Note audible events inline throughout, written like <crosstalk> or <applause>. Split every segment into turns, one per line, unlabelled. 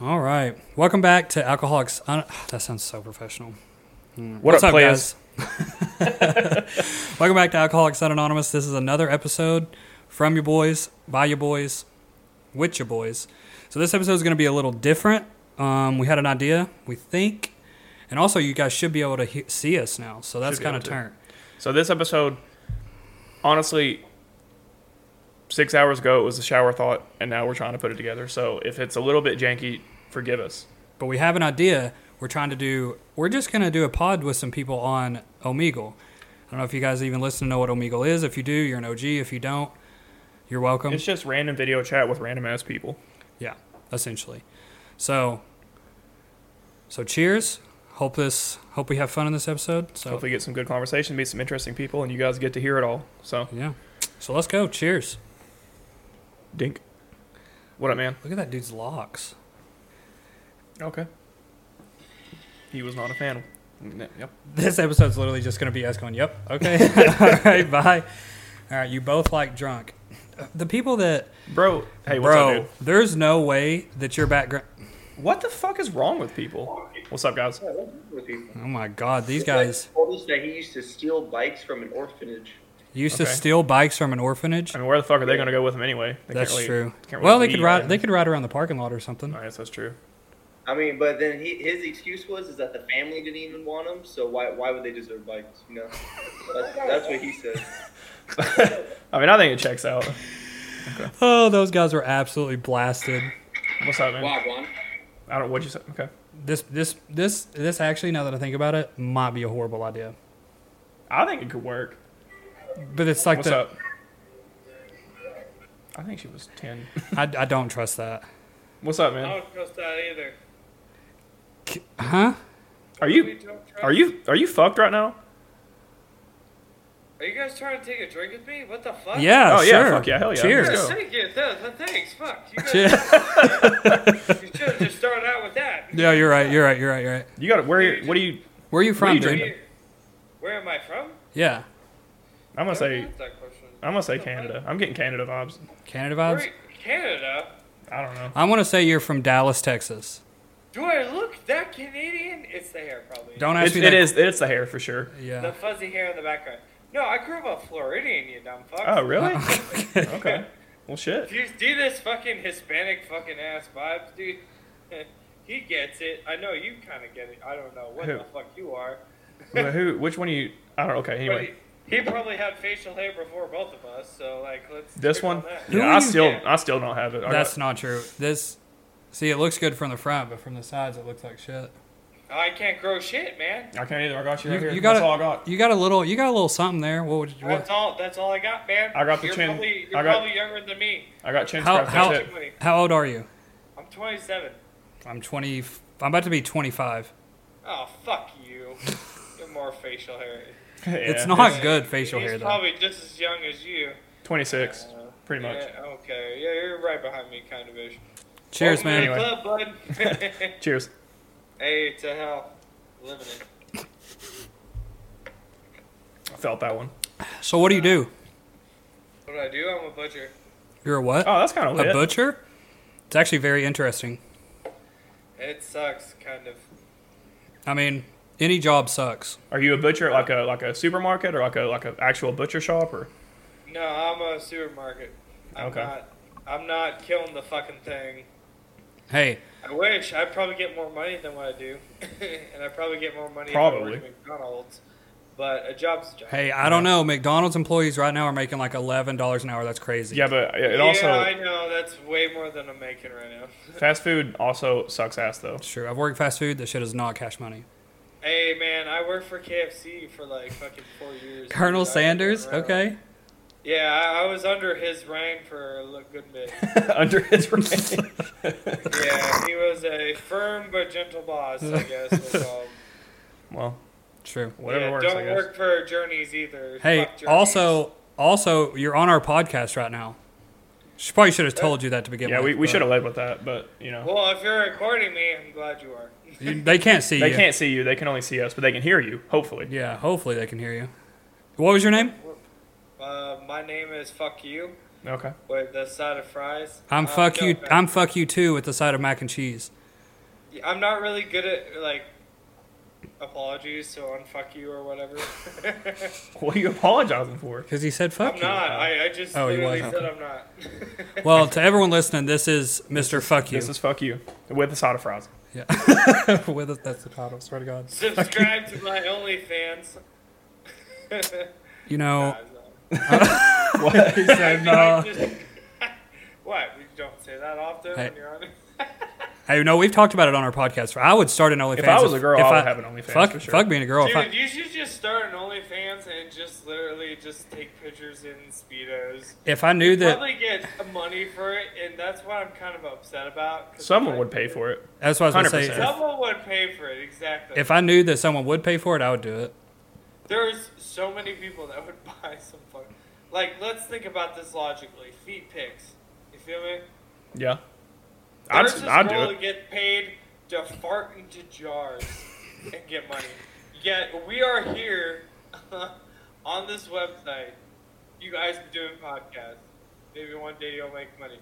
All right. Welcome back to Alcoholics. Un- <sighs> that sounds so professional. Mm.
What
What's
up,
up,
players?
guys? <laughs> Welcome back to Alcoholics Anonymous. This is another episode from your boys, by your boys, with your boys. So this episode is going to be a little different. Um, we had an idea, we think, and also you guys should be able to he- see us now. So that's
Should be
kind
able
of
to.
turn.
So this episode, honestly, six hours ago it was a shower thought, and now we're trying to put it together. So if it's a little bit janky, forgive us.
but we have an idea. We're trying to do. We're just gonna do a pod with some people on Omegle. I don't know if you guys even listen to know what Omegle is. If you do, you're an OG. If you don't, you're welcome.
It's just random video chat with random ass people.
yeah, essentially. So, so cheers. Hope this. Hope we have fun in this episode. So
Hopefully, get some good conversation, meet some interesting people, and you guys get to hear it all. So
yeah. So let's go. Cheers.
dink. What up, man?
Look at that dude's locks.
Okay. He was not a fan. N- Yep.
<laughs> This episode's literally just going to be us going, yep, okay, <laughs> all right, bye. All right, you both like drunk. The people that,
Bro, hey, what's
bro,
up,
there's no way that your background,
dude? What the fuck is wrong with people? What's up, guys?
Yeah, what's wrong with people?
Oh my God, these
This guy
guys
told us that he used to steal bikes from an orphanage.
used to
Okay.
steal bikes from an orphanage.
I mean, where the fuck are they going to go with him anyway? They
That's
can't really-
true.
can't really
well, they could
leave.
ride. They could ride around the parking lot or something.
I guess that's true.
I mean, but then he, his excuse was is that the family didn't even want him, so why why would they deserve bikes? You know, that's, that's what he said.
I mean, I think it checks out.
Oh, those guys were absolutely blasted.
What's up, man?
Juan?
I don't. What'd you say? Okay.
This, this, this, this. Actually, now that I think about it, might be a horrible idea.
I think it could work.
But it's like
What's
the
up? I think she was ten.
I, I don't trust that.
What's up, man?
don't trust that either.
K- Huh?
Are you are you are you fucked right now?
Are you guys trying to take a drink with me? What the fuck?
Yeah.
Oh,
sure.
yeah, fuck yeah, hell yeah,
Cheers. <laughs>
let's go.
Thank you. Th- th- thanks. Fuck. You guys
Cheers.
you should have just started out with that.
yeah, you're right. You're right. You're right. You're right.
You got where? What do you?
Where are you
are
from,
you
dude?
drinking?
Where am I from?
Yeah,
I'm gonna say
That's that question.
I'm gonna say Canada. I'm getting Canada vibes.
Canada
uh,
Where,
vibes.
Canada.
I don't know.
I want to say you're from Dallas, Texas.
Do I look that Canadian? It's the hair, probably.
Don't ask
It's,
me
it
that.
is it's the hair for sure.
The
Yeah.
fuzzy hair in the background. No, I grew up a Floridian, you dumb fuck.
Oh
<laughs>
really? okay. Well shit.
Do you see this fucking Hispanic fucking ass vibes, dude? <laughs> he gets it. I know you kind of get it. I don't know what
Who?
the fuck you are.
Well, Who? Which one are you? I don't. know. Okay.
But
Anyway,
he, he probably had facial hair before both of us, so like let's.
this
stick on
one.
that.
Who
Yeah,
are
I
you-
still
Yeah.
I still don't have it. I
That's
got-
not true. This, see, it looks good from the front, but from the sides, it looks like shit.
I can't grow shit, man.
I can't either. I got you
You-
right here.
you got
That's
a-
all I got.
You got a little, you got a little something there. What would you? What,
That's all. That's all I got, man.
I got the
you're
chin.
Probably, you're
I got-
probably younger than me.
I got chin
How-
strap.
how-
That's it.
how old are you?
I'm 27.
I'm 20. I'm about to be 25.
Oh fuck
<laughs>
you. You're more facial hair.
it's
Yeah.
not good facial
He's
hair though.
probably just as young as you.
26, pretty much.
Yeah, okay. Yeah, you're right behind me, kind of ish.
Cheers,
Welcome
man.
to the
Anyway.
club,
<laughs>
bud. <laughs>
Cheers.
hey, to hell, living it.
I felt that one.
So what do you do?
What do I do? I'm a butcher.
You're a what?
Oh, that's kind of
a
lit.
butcher? It's actually very interesting.
It sucks, kind of.
I mean, any job sucks.
Are you a butcher at like a like a supermarket or like a like an actual butcher shop or?
No, I'm a supermarket. I'm
Okay.
not. I'm not killing the fucking thing.
Hey,
I wish I'd probably get more money than what I do, <laughs> and I probably get more money
Probably.
if I worked at McDonald's. But a job's a job.
hey, I don't know. McDonald's employees right now are making like eleven dollars an hour. That's crazy.
Yeah, but it it
yeah,
also
I know that's way more than I'm making right now. <laughs>
fast food also sucks ass though. <laughs>
it's true. I've worked fast food. That shit is not cash money.
hey man, I worked for KFC for like fucking four years.
Colonel
dude. I
Sanders.
went around.
Okay.
Yeah, I, I was under his reign for a li- good bit.
Under
<laughs>
his reign.
yeah, he was a firm but gentle boss, I guess. we'll
<laughs>
call him.
well,
True.
whatever
Yeah,
works.
Don't
I guess.
work for Journeys either.
Hey,
Fuck Journeys.
also, also, you're on our podcast right now. She probably should have told you that to begin
Yeah,
with.
we, we
but
should have led with that, but you know
Well, if you're recording me, I'm glad you are. <laughs>
you- They can't see
they
you.
can't see you. They can only see us, but they can hear you. Hopefully.
Yeah, hopefully they can hear you. What was your name?
Uh, my name is Fuck You
Okay. <laughs>
with a side of fries.
I'm
Uh,
fuck
no,
you.
no.
I'm fuck you too with the side of mac and cheese.
I'm not really good at like apologies, so on fuck you or whatever. <laughs>
What are you apologizing for?
Because he said fuck
I'm
you.
not. I, I just
Oh, you
literally
wasn't.
said I'm not. <laughs>
Well, to everyone listening, this is Mr. Fuck You. <laughs>
This is fuck you with a side of fries.
yeah. With us, that's the title. Swear to God.
Subscribe to my OnlyFans.
<laughs>
<laughs> uh,
You know,
<laughs>
Nah, no.
What?
he said no.
<laughs> what? We don't say that often
Hey.
when you're on.
<laughs>
<laughs>
Hey, no, we've talked about it on our podcast. I would start an OnlyFans.
If I was a girl, I would have an OnlyFans
Fuck,
for sure.
fuck being a girl. if I-
Dude, you should just start an OnlyFans and just literally just take pictures in speedos.
if I knew that,
Probably get money for it, and that's what I'm kind of upset about. 'cause
Someone
like-
would pay for it.
that's what I was gonna say.
100%.
If,
Someone would pay for it exactly.
if I knew that someone would pay for it, I would do it.
There's so many people that would <laughs> buy some fuck. Like, let's think about this logically. Feet pics. You feel me?
Yeah. I'd,
There's this
I'd
girl
do
To
it.
get paid to fart into jars and get money. Yet we are here <laughs> on this website. You guys are doing podcasts. Maybe one day you'll make money.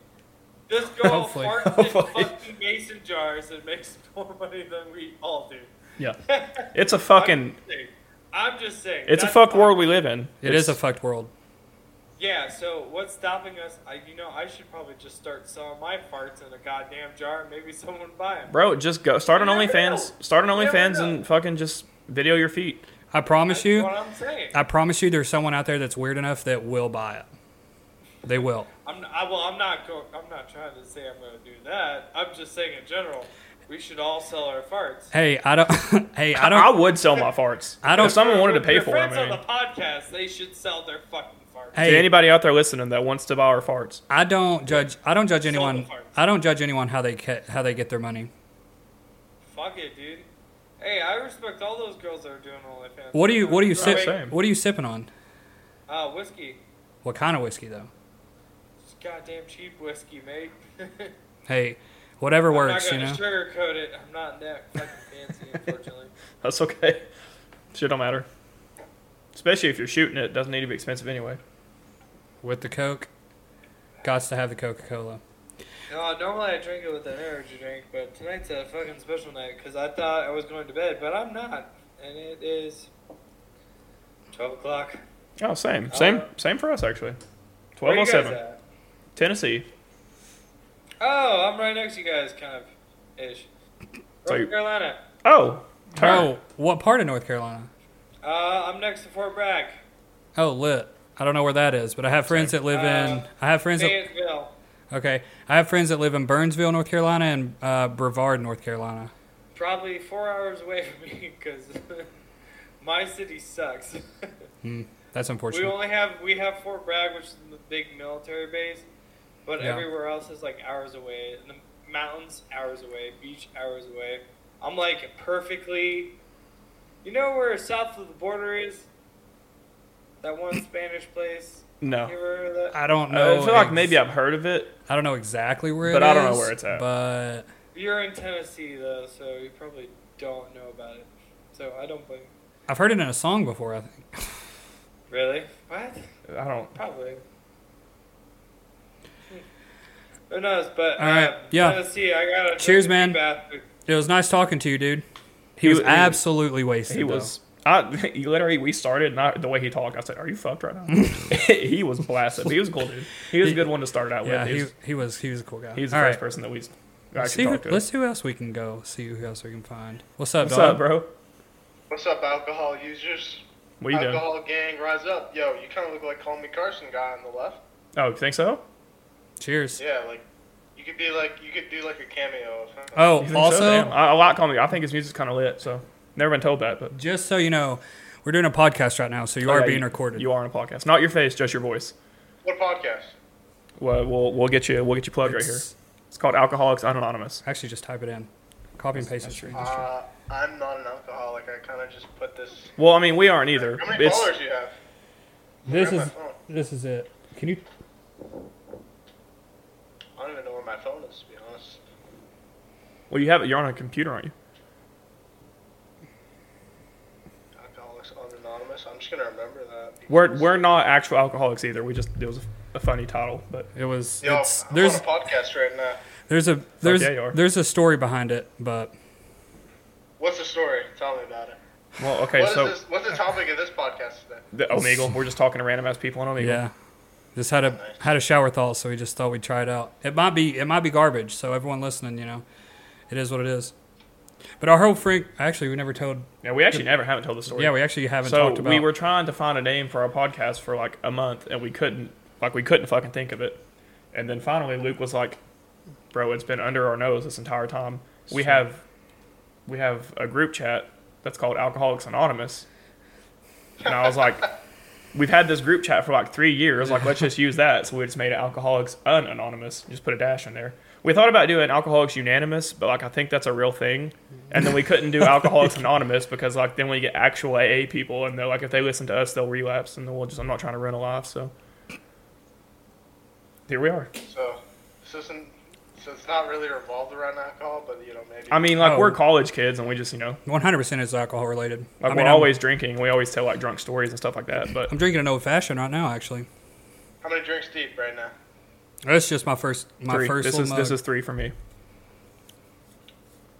This girl
Hopefully.
farts
Hopefully.
in fucking mason jars and makes <laughs> more money than we all do. <laughs>
Yeah. It's a
I'm
fucking.
just saying. I'm just saying.
It's a
that's
fuck
why-
world we live in.
It
it's,
is a fucked world.
Yeah, so what's stopping us? I, you know, I should probably just start selling my farts in a goddamn jar and maybe someone would buy them.
Bro, just go start an
You never
OnlyFans.
know.
Start an
You never
OnlyFans
know.
and fucking just video your feet.
I promise
That's
you.
what I'm saying.
I promise you, there's someone out there that's weird enough that will buy it. They will.
I'm I, well. I'm not. Go, I'm not trying to say I'm going to do that. I'm just saying in general, we should all sell our farts.
Hey, I don't. <laughs> hey, I
I,
don't.
would sell my farts.
I don't-
If someone wanted to
Your
pay for them,
friends
I
on
mean.
the podcast, they should sell their fucking farts.
Hey.
To anybody out there listening that wants to buy our farts,
I don't judge. I don't judge
Sold
anyone.
the farts.
I don't judge anyone how they get, how they get their money.
Fuck it, dude. Hey, I respect all those girls that are doing OnlyFans.
What do you What do you
Oh, wait.
sip?
Same.
What are you sipping on?
Uh, whiskey.
What kind of whiskey though?
It's goddamn cheap whiskey, mate. <laughs>
Hey, whatever works,
I'm
you
not
know.
gonna sugarcoat it. I'm not that fucking fancy, unfortunately.
that's okay. <laughs> Shit don't matter. Especially if you're shooting it, it doesn't need to be expensive anyway.
With the Coke, gots to have the Coca Cola.
No, normally I drink it with an energy drink, but tonight's a fucking special night because I thought I was going to bed, but I'm not, and it is twelve o'clock.
Oh, same.
Oh,
Same
yeah.
same for us actually.
Where
Twelve oh
you guys
seven.
at?
Tennessee.
Oh, I'm right next to you guys, kind of ish.
So
North
you-
Carolina.
Oh. turn.
Oh, what part of North Carolina?
Uh, I'm next to Fort Bragg,
Oh, lit. I don't know where that is, but I have friends that live in.
Uh,
I have friends that.
Fayetteville.
Okay, I have friends that live in Burnsville, North Carolina, and uh, Brevard, North Carolina.
Probably four hours away <laughs> from me because my city sucks. <laughs>
Hmm, That's
We
unfortunate.
only have we have Fort Bragg, which is the big military base, but
Yeah.
everywhere else is like hours away. And the mountains hours away, beach hours away. I'm like perfectly. You know where south of the border is? That one Spanish place. You
No.
ever heard of that?
I don't know.
uh, I feel like
ex-
maybe I've heard of it.
I don't know exactly where
But
it
I don't know
is,
where it's at.
But
You're in Tennessee though, so you probably don't know about it. So I don't blame. you.
I've heard it in a song before. I think.
Really? What?
I don't
Probably. Who knows? But
All right,
uh,
yeah.
Tennessee, I gotta.
Cheers,
drink a
man.
few bath-
It was nice talking to you, dude.
He
He, was
wa- he-
absolutely wasted.
he
though.
was I <laughs> you literally we started and I, the way he talked, I said, Are you fucked right
<laughs>
now? <laughs> he was blasted. He was cool dude. He was a good one to start out
Yeah,
with.
he,
He was,
he was he was a cool guy.
he was the
All
first
right.
person that we
Let's
actually
see, who,
talked to.
let's see who else we can go. See who else we can find. What's up,
What's
dog?
up, bro?
What's up, alcohol users?
What you doing?
alcohol gang, rise up. Yo, you kind of look like Homie Carson guy on the left.
Oh, you think so?
Cheers.
Yeah, like, you could be like, you could do like a cameo of him.
Oh,
You think so?
also,
Damn. I, I like comedy. I think his music's kind of lit. So never been told that, but
just so you know, we're doing a podcast right now, so you
Oh,
are
yeah,
being
you-
recorded.
You are on a podcast, not your face, just your voice.
What podcast?
Well, we'll, we'll get you. We'll get you plugged right here.
It's-
It's called Alcoholics Anonymous.
Actually, just type it in. Copy and paste it.
Uh, I'm not an alcoholic. I kind of just put this.
Well, I mean, we aren't either.
How many
It's-
followers you have?
This
Grab
is
my phone.
this is it. Can you?
I don't even know where my phone is, to be honest.
well, you have it. You're on a computer, aren't you?
Alcoholics Anonymous. I'm just gonna remember that.
We're we're not actual alcoholics either. We just it was a, a funny title, but
It was.
Yo,
it's,
I'm
there's
on a podcast right now.
there's a there's
yeah, you are.
there's a story behind it, but
What's the story? Tell me about it.
Well,
What
okay,
is
so
this, what's the topic of this podcast today?
the Omegle. We're just talking to random ass people on Omegle.
Yeah. Just had a had a shower thought, so we just thought we'd try it out. It might be it might be garbage, so everyone listening, you know, it is what it is. But our whole freak actually we never told
Yeah, we actually never haven't told the story.
Yeah, we actually haven't
so
talked about
we were trying to find a name for our podcast for like a month, and we couldn't. Like we couldn't fucking think of it. And then finally, Luke was like, "Bro, it's been under our nose this entire time. We have, we have a group chat that's called Alcoholics Anonymous." And I was like, "We've had this group chat for like three years. Like, let's
<laughs>
just use that." So we just made it Alcoholics Unanonymous. Just put a dash in there. We thought about doing Alcoholics Unanimous, but like I think that's a real thing. And then we couldn't do
<laughs>
Alcoholics Anonymous because like then we get actual AA people, and they're like, if they listen to us, they'll relapse, and then we'll just. I'm not trying to ruin a life, so. Here we are.
So, so, it's, in, so it's not really revolved around alcohol, but you know maybe.
I mean, like
Oh.
we're college kids, and we just you know,
one hundred percent is alcohol related.
like
I
we're
mean,
always drinking. We always tell like drunk stories and stuff like that. But
I'm, I'm drinking an old fashioned right now. Actually,
how many drinks deep right now?
that's just my first my
three.
first
This
little
is this
mug.
is three for me.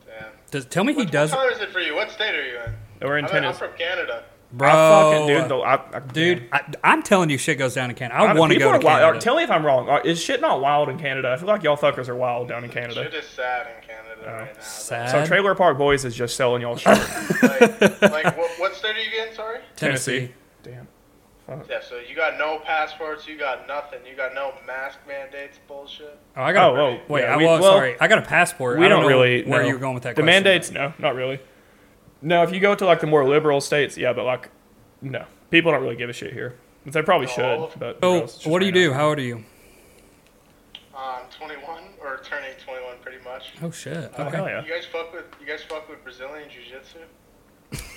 Damn.
Does- tell me he
What,
does,
what time is it for you? What state are you in?
We're in
I'm, I'm
Tennessee.
from Canada.
bro.
I fucking dude, the, I, I,
Oh. dude, I, I'm telling you, shit goes down in Canada.
I
I
don't-
want to
people
go to
are wild.
Canada.
Tell me if I'm wrong. Are- Is shit not wild in Canada? I feel like y'all fuckers are wild down in Canada. Oh,
Shit is sad in Canada right now.
Sad.
So Trailer Park Boys is just selling y'all
<laughs>
shit.
Like,
<laughs>
like what, what state are you in? Sorry.
Tennessee.
Damn.
Yeah. So you got no passports. You got nothing. You got no mask mandates. Bullshit.
Oh, I got.
Oh, whoa.
Wait,
Yeah,
I
we-
was
well,
sorry. I got a passport.
We
I
don't,
know
really
where
know.
you were going with that.
The
question.
mandates, no, not really. No, if you go to like the more liberal states, yeah, but like, no, people don't really give a shit here. They probably
all
should,
of-
but no,
So,
it's just
Oh, what do you
right
do?
now.
How old are you?
Um, 21 or turning 21, pretty much.
Oh shit.
Oh,
Okay.
hell yeah.
You guys fuck with you guys fuck with Brazilian jiu-jitsu.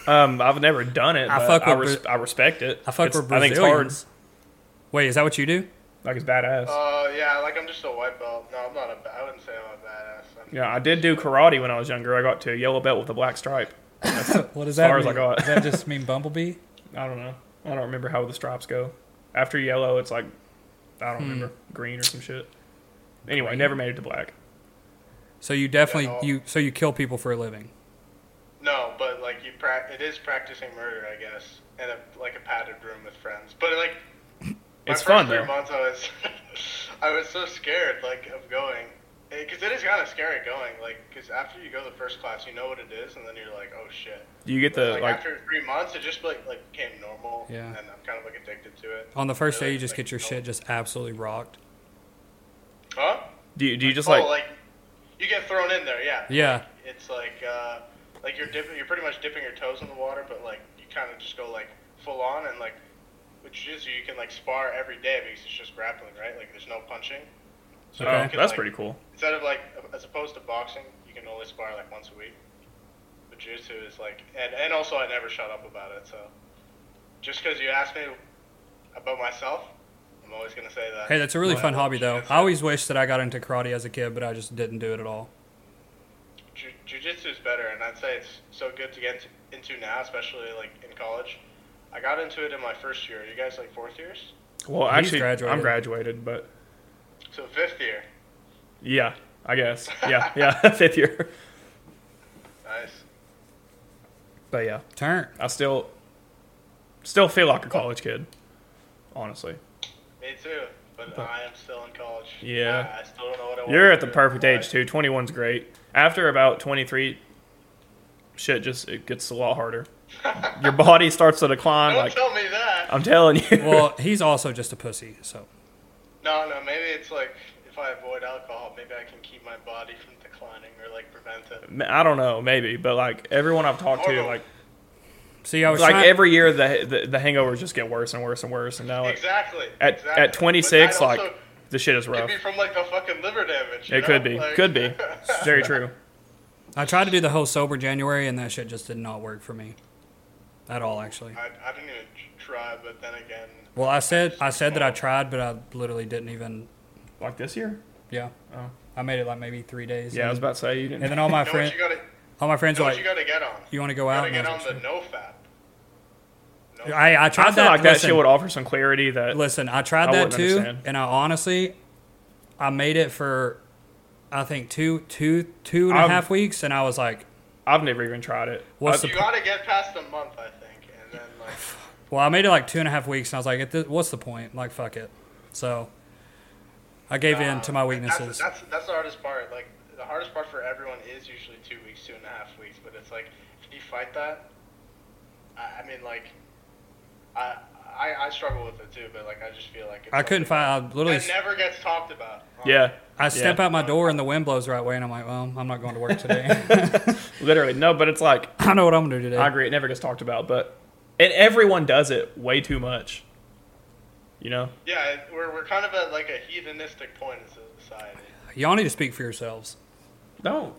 Um, I've never done it.
I
but
fuck
I,
with
res- I respect it.
I fuck
It's-
with
I think it's hard.
Brazilians. Wait, is that what
<coughs>
you do?
Like it's badass.
Uh, yeah, like I'm just a white belt. No, I'm not a. ba- I wouldn't say I'm a badass. I'm,
yeah, I did do karate when I was younger. I got to a yellow belt with a black stripe.
What does
that far as I mean? got. Does that
just mean bumblebee?
I don't know. I don't remember how the stripes go. After yellow, it's like I don't remember
Hmm.
green or some shit. Anyway, never made it to black.
So you definitely
Yeah, no.
you so you kill people for a living.
No, but like you pra- it is practicing murder, I guess, in a like a padded room with friends. But like, my
It's
first
fun
three
though.
months, I was, <laughs> I was so scared like of going, because it is kind of scary going, like, because after you go the first class, you know what it is, and then you're like, oh shit.
Do you get the
like,
like?
after three months, it just like like became normal.
Yeah.
And I'm kind of like addicted to it.
On the first day,
Really?
you just
Like,
get your
no.
shit just absolutely rocked.
Huh?
Do you, do you just
oh,
like?
like you get thrown in there, yeah.
Yeah.
It's like uh, like you're dipping, you're pretty much dipping your toes in the water, but like you kind of just go like full on and like with jiu-jitsu you can like spar every day because it's just grappling, right? Like there's no punching. So
oh,
you can,
that's
like-
pretty cool.
Instead of like as opposed to boxing, you can only spar like once a week. But jiu-jitsu is like, and and also I never shut up about it. So just because you asked me about myself, I'm always gonna say that.
Hey, that's a really
Well,
fun hobby though.
jiu-jitsu-
I always wish that I got into karate as a kid, but I just didn't do it at all.
Ju- jujitsu is better, and I'd say it's so good to get into now, especially like in college. I got into it in my first year. You guys like fourth years?
Well,
He's
actually, I'm
graduated.
graduated, but
So fifth year.
yeah,
<laughs>
I guess. Yeah, yeah, <laughs> fifth year.
Nice.
But yeah,
Turn.
I still, still feel like a college kid, honestly.
Me too. But I am still in college.
Yeah.
I, I still don't know what I want.
You're
to
at the
do.
perfect
Why?
age too. 21's great. After about 23, shit just it gets a lot harder. Your body starts to decline.
Don't
Like uh,
tell me that.
I'm telling you.
Well, he's also just a pussy. So
No, no. Maybe it's like if I avoid alcohol, maybe I can keep my body from declining or like prevent it.
<laughs> I don't know, maybe, but like everyone I've talked to,
Horrible.
like
see, I was
like
trying-
every year the, the the hangovers just get worse and worse and worse, and now like,
Exactly.
at
exactly.
at 26,
But I'd
like
also-
the shit is
could
rough.
be from like the fucking liver damage. you
It could
know?
be,
Like- <laughs>
could be. It's very true.
I tried to do the whole sober January, and that shit just did not work for me at all. Actually,
I, I didn't even try, but then again,
well, I said I said that I tried, but I literally didn't even.
Like this year?
Yeah,
Oh.
I made it like maybe three days.
Yeah, I
and-
was about to say you didn't. <laughs>
And then all my
know what
friends,
you gotta,
all my friends
know
were
what
like,
you gotta get on.
"You want to go
You
out?"
gotta
And
get
I
on
was
the
like,
no fat. No
sure. I, I tried
I feel
that.
like that
listen,
shit would offer some clarity that
listen, I tried
I wouldn't
that too,
understand.
and I honestly, I made it for, I think two, two, two and a half
I'm-
weeks, and I was like,
I've never even tried it.
What's
I-
the
You gotta get past a month, I think, and then like
Well, I made it like two and a half weeks, and I was like, "At thi- "What's the point? Like, fuck it." So I gave in to my
Uh, that's-
weaknesses.
That's, that's, the hardest part. Like the hardest part for everyone is usually two weeks, two and a half weeks. But it's like if you fight that, I, I mean, like I, I I struggle with it too. But like I just feel like it's
I couldn't
something
find. I literally,
that never gets talked about. honestly.
yeah,
I step
yeah.
out my door and the wind blows the right way, and I'm like, "Well, I'm not going to work today. <laughs>
literally no. But it's like
I know what I'm gonna do today."
I agree. It never gets talked about, but and everyone does it way too much. You know,
Yeah, it, we're we're kind of at like a hedonistic point in society.
Y'all need to speak for yourselves.
don't.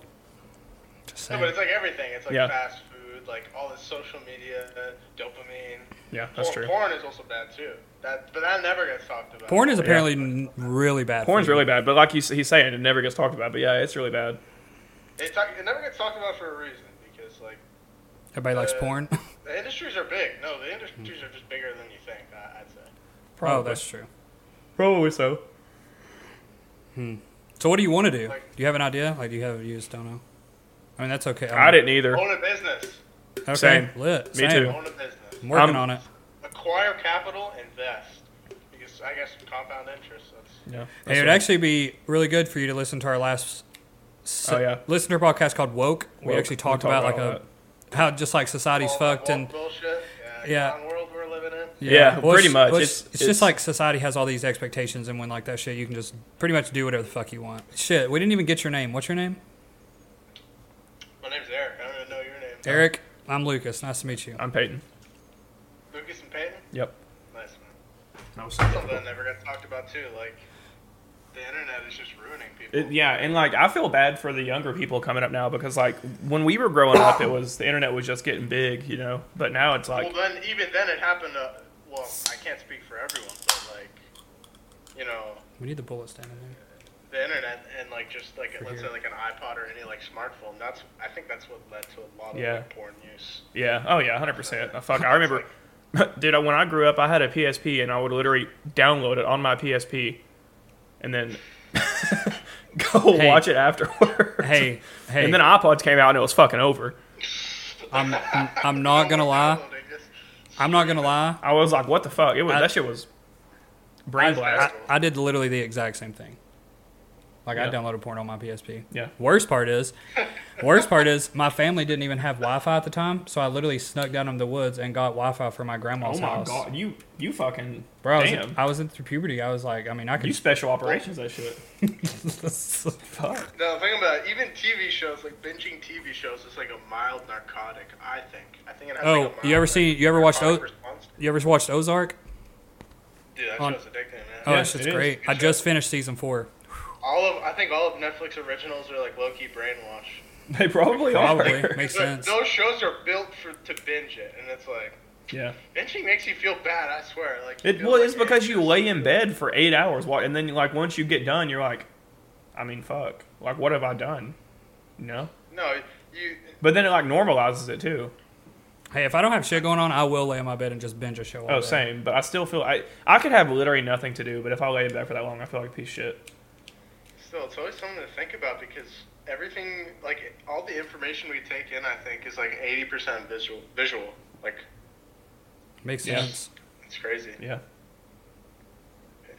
Just
No,
saying.
but it's like everything. It's like
Yeah.
fast food, like all this social media, uh, dopamine.
Yeah, that's
Por-
true.
Porn is also bad too. That but that never gets talked about.
Porn is apparently n- really bad. for
Porn's
you.
really bad, but like he's, he's saying, it never gets talked about. But yeah, it's really bad.
It, talk, it never gets talked about for a reason because like
Everybody likes
Uh,
porn. <laughs> Oh,
the industries are big. No, the industries are just bigger than you think. I, I'd say.
oh, that's true.
probably so.
So, what do you want to do? Do
Like-
you have an idea? Like, do you have? You just don't know. I mean, that's okay. I'm-
I didn't either.
Own a business.
Okay,
Same.
lit.
Me
Same.
too.
Own a business.
I'm working
I'm-
on it.
Acquire capital. Invest. Because I guess compound interest. That's,
Yeah,
Hey, it would actually be really good for you to listen to our last. s-
Oh, yeah.
Listen to our podcast called Woke. We
Woke.
actually talked
We
about,
talked
like
about
a how just like society's
all that
fucked
woke
and
bullshit.
Yeah.
Yeah. yeah. world we're living in.
Yeah, pretty
it's-
much.
well,
It's-
It's, it's
it's-
just like society has all these expectations, and when like that shit, you can just pretty much do whatever the fuck you want. Shit, we didn't even get your name. What's your name?
My name's Eric. I don't even know your name.
Eric. I'm Lucas. Nice to meet you.
I'm Peyton.
Lucas and Peyton.
Yep.
Nice man.
That was
Something that never gets talked about too. Like the internet is just ruining people.
It, yeah, and like I feel bad for the younger people coming up now because like when we were growing up, it was the internet was just getting big, you know. But now it's like,
well, then even then it happened to. Well, I can't speak for everyone, but like, you know,
We need the bullets down in there.
the internet and like just like
For
let's
here.
say like an iPod or any like smartphone. That's I think that's what led to a lot of
Yeah.
like, porn use.
yeah, oh yeah, hundred percent. Fuck, I remember, <laughs> dude. I- When I grew up, I had a PSP and I would literally download it on my PSP, and then <laughs> go
Hey.
watch it afterwards. <laughs>
<laughs> Hey, hey.
And then iPods came out and it was fucking over.
I'm I'm, I'm not gonna lie.
Downloading just-
I'm not gonna lie.
I was like, what the fuck? It was
I-
that shit was brain
I,
blast.
I did literally the exact same thing. Like I
Yeah.
downloaded porn on my PSP.
Yeah.
Worst part <laughs> is, worst part is my family didn't even have Wi-Fi at the time, so I literally snuck down in the woods and got Wi-Fi from my grandma's
Oh my
house.
god, you you fucking
Bro, I was,
damn.
I was in through puberty. I was like, I mean, I
you
could.
special operations that shit. <laughs>
<laughs>
Fuck.
No, think about it. Even TV shows, like binging TV shows, is like a mild narcotic. I think. I think it has.
Oh,
like a
you ever
mild
seen- you ever watched
narcotic
O-
response.
you ever watched Ozark?
Dude, that
on-
show's addicting, man.
Oh,
Yeah,
that shit's
it is.
great.
Good
I
show.
just finished season four.
All of I think all of Netflix originals are like low key brainwashed.
They probably, <laughs>
Probably
are.
makes
But
sense.
Those shows are built for to binge it, and it's like
Yeah.
binging makes you feel bad. I swear. Like you
It
feel
well,
like
it's because you lay in bed for eight hours, wa- and then like once you get done, you're like, I mean, fuck, like what have I done? You know.
No, you.
But then it like normalizes it too.
Hey, if I don't have shit going on, I will lay in my bed and just binge a show. all
Oh,
day.
same. But I still feel I I could have literally nothing to do, but if I lay in bed for that long, I feel like a piece of shit.
Still, it's always something to think about because everything, like all the information we take in, I think is like eighty percent visual. Visual, like
Makes
Yeah.
sense.
it's crazy.
Yeah.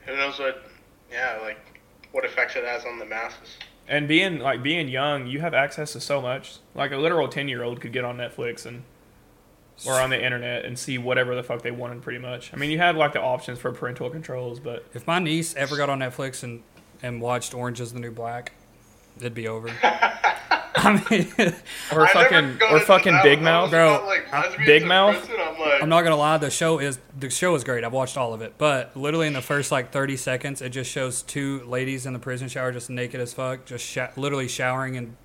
Who knows what? Yeah, like what effects it has on the masses.
And being like being young, you have access to so much. Like a literal ten year old could get on Netflix and or on the internet and see whatever the fuck they wanted, pretty much. I mean, you had like the options for parental controls, but
If my niece ever got on Netflix and, and watched Orange is the New Black, it'd
<laughs>
be over. I mean, <laughs>
or
I never
fucking
got
or
into
fucking
that
Big
one. I
Mouth.
was
Bro,
about, like,
uh,
lesbians
Big
in
Mouth?
prison, I'm like,
I'm not gonna lie, the show is the show is great. I've watched all of it, but literally in the first like 30 seconds, it just shows two ladies in the prison shower, just naked as fuck, just sho literally showering and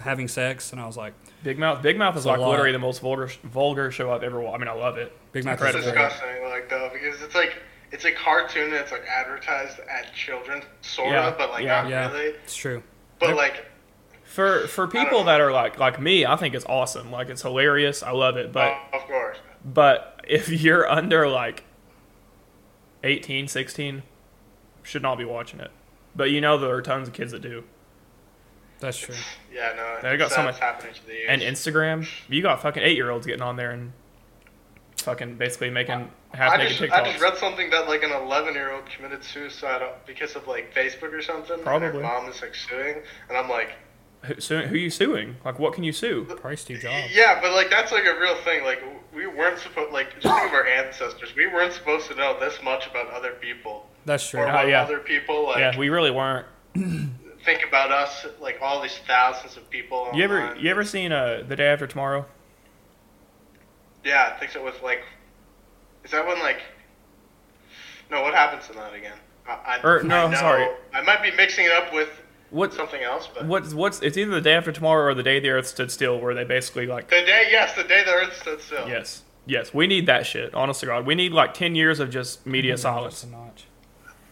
having sex, and I was like,
Big Mouth. Big Mouth is
It's a
like
lot.
literally the most vulgar vulgar show I've ever watched. I mean, I love it.
Big Mouth
It's
is great.
disgusting, like though, because it's like it's a cartoon that's like advertised at children, sort
Yeah,
of, but like
yeah.
not
Yeah,
really.
it's true.
But
They're-
like,
For for people that are like like me, I think it's awesome. Like it's hilarious. I love it. But
oh, of course,
but if you're under like 18, 16, should not be watching it. But you know there are tons of kids that do.
That's true.
Yeah, no.
They got
it's,
so
uh,
much-
it's happening to the youth.
And Instagram, you got fucking eight year olds getting on there and fucking basically making half
I
naked
just, I just
TikToks.
read something that like an 11 year old committed suicide because of like Facebook or something. And
Probably.
her mom is like suing, and I'm like,
Who, suing- who you suing? Like, what can you sue?
Probably
Y-
Steve Jobs.
Yeah, but like that's like a real thing. Like w- we weren't supposed like just think of our ancestors. We weren't supposed to know this much about other people
That's true.
or
Ah,
about
yeah.
other people. Like
Yeah, we really weren't.
think about us, like all these thousands of people.
You ever
online.
you ever seen uh, the day after tomorrow?
Yeah, I think so. With like, is that when like? No, what happens to that again? I, I,
Or, Er, no,
I
I'm sorry.
I might be mixing it up with
What
something else, but
what's what's it's either the day after tomorrow or the day the Earth stood still, where they basically like
the day, yes, the day the Earth stood still.
yes yes we need that shit. Honest to God, we need like ten years of just media
Just
silence.
a notch.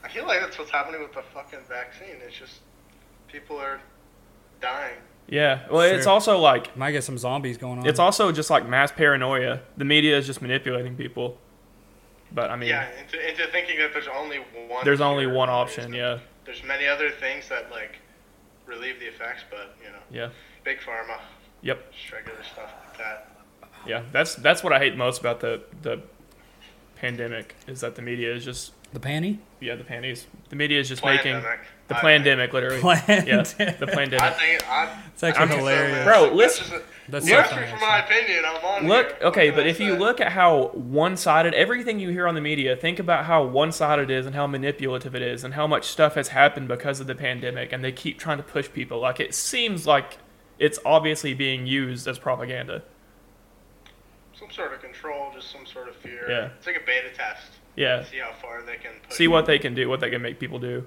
I feel like that's what's happening with the fucking vaccine. It's just people are dying.
Yeah, well, it's
Sure.
also like
Might get some zombies going on.
it's also just like mass paranoia. The media is just manipulating people. But I mean,
Yeah, into, into thinking that there's only one.
there's only
cure.
one
There's-
option. Yeah,
There's many other things that like relieve the effects, but you know,
yeah,
big pharma,
yep,
just regular stuff like that.
yeah. That's that's what I hate most about the the pandemic is that the media is just
the panty.
yeah the panties. The media is just making
Plandemic.
the
I-
pandemic literally. Yeah,
Plandemic.
the
I
pandemic.
think I.
It's actually
I think so,
hilarious.
man.
Bro,
That's
listen-
just a-
That's
You
so
asked me
funny,
for my opinion. I'm on.
Look,
here. What
okay,
can
but
I
if you
say?
look at how one-sided everything you hear on the media, think about how one-sided it is and how manipulative it is and how much stuff has happened because of the pandemic and they keep trying to push people like it seems like it's obviously being used as propaganda.
some sort of control, just some sort of fear.
Yeah.
It's like a beta test.
Yeah.
See how far they can. Push
See what they can do, what they can make people do.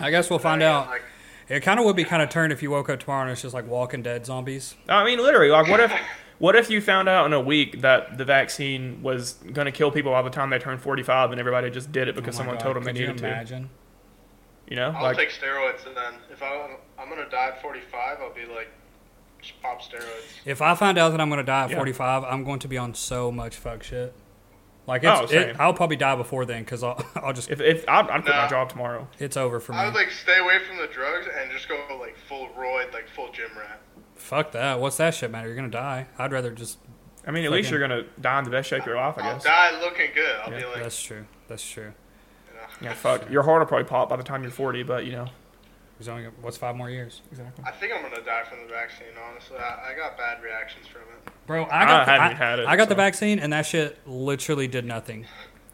I guess we'll
it.
find
I mean,
out.
Like,
It kind of would be kind of turned if you woke up tomorrow and it's just like Walking Dead zombies.
I mean, literally, like what if what if you found out in a week that the vaccine was going to kill people by the time they turned 45 and everybody just did it because
Oh my
someone
God,
told them they
could you
needed to,
imagine?
you know?
I'll take steroids, and then if I, I'm gonna die at 45, I'll be like, just pop steroids.
If I find out that I'm going to die at
Yeah.
45, I'm going to be on so much fuck shit. Like
Oh,
it's, it,
same.
I'll probably die before then because I'll, <laughs> I'll just
if if I'd, I'd quit my
Nah.
job tomorrow.
it's over for me.
I would like stay away from the drugs and just go like full roid, like full gym rat.
Fuck that. What's that shit matter? You're gonna die. I'd rather just.
I mean, at least
Fucking-
you're gonna die in the best shape of your life, I
I'll
guess.
die looking good. I'll
Yeah,
be like,
That's true. That's true.
you know.
Yeah, fuck. Your heart will probably pop by the time you're 40, but you know.
There's only what's five more years,
Exactly.
I think I'm gonna die from the vaccine. Honestly, I, I got bad reactions from it.
bro. I got the,
haven't
I,
even had it,
I got the
so.
vaccine and that shit literally did nothing.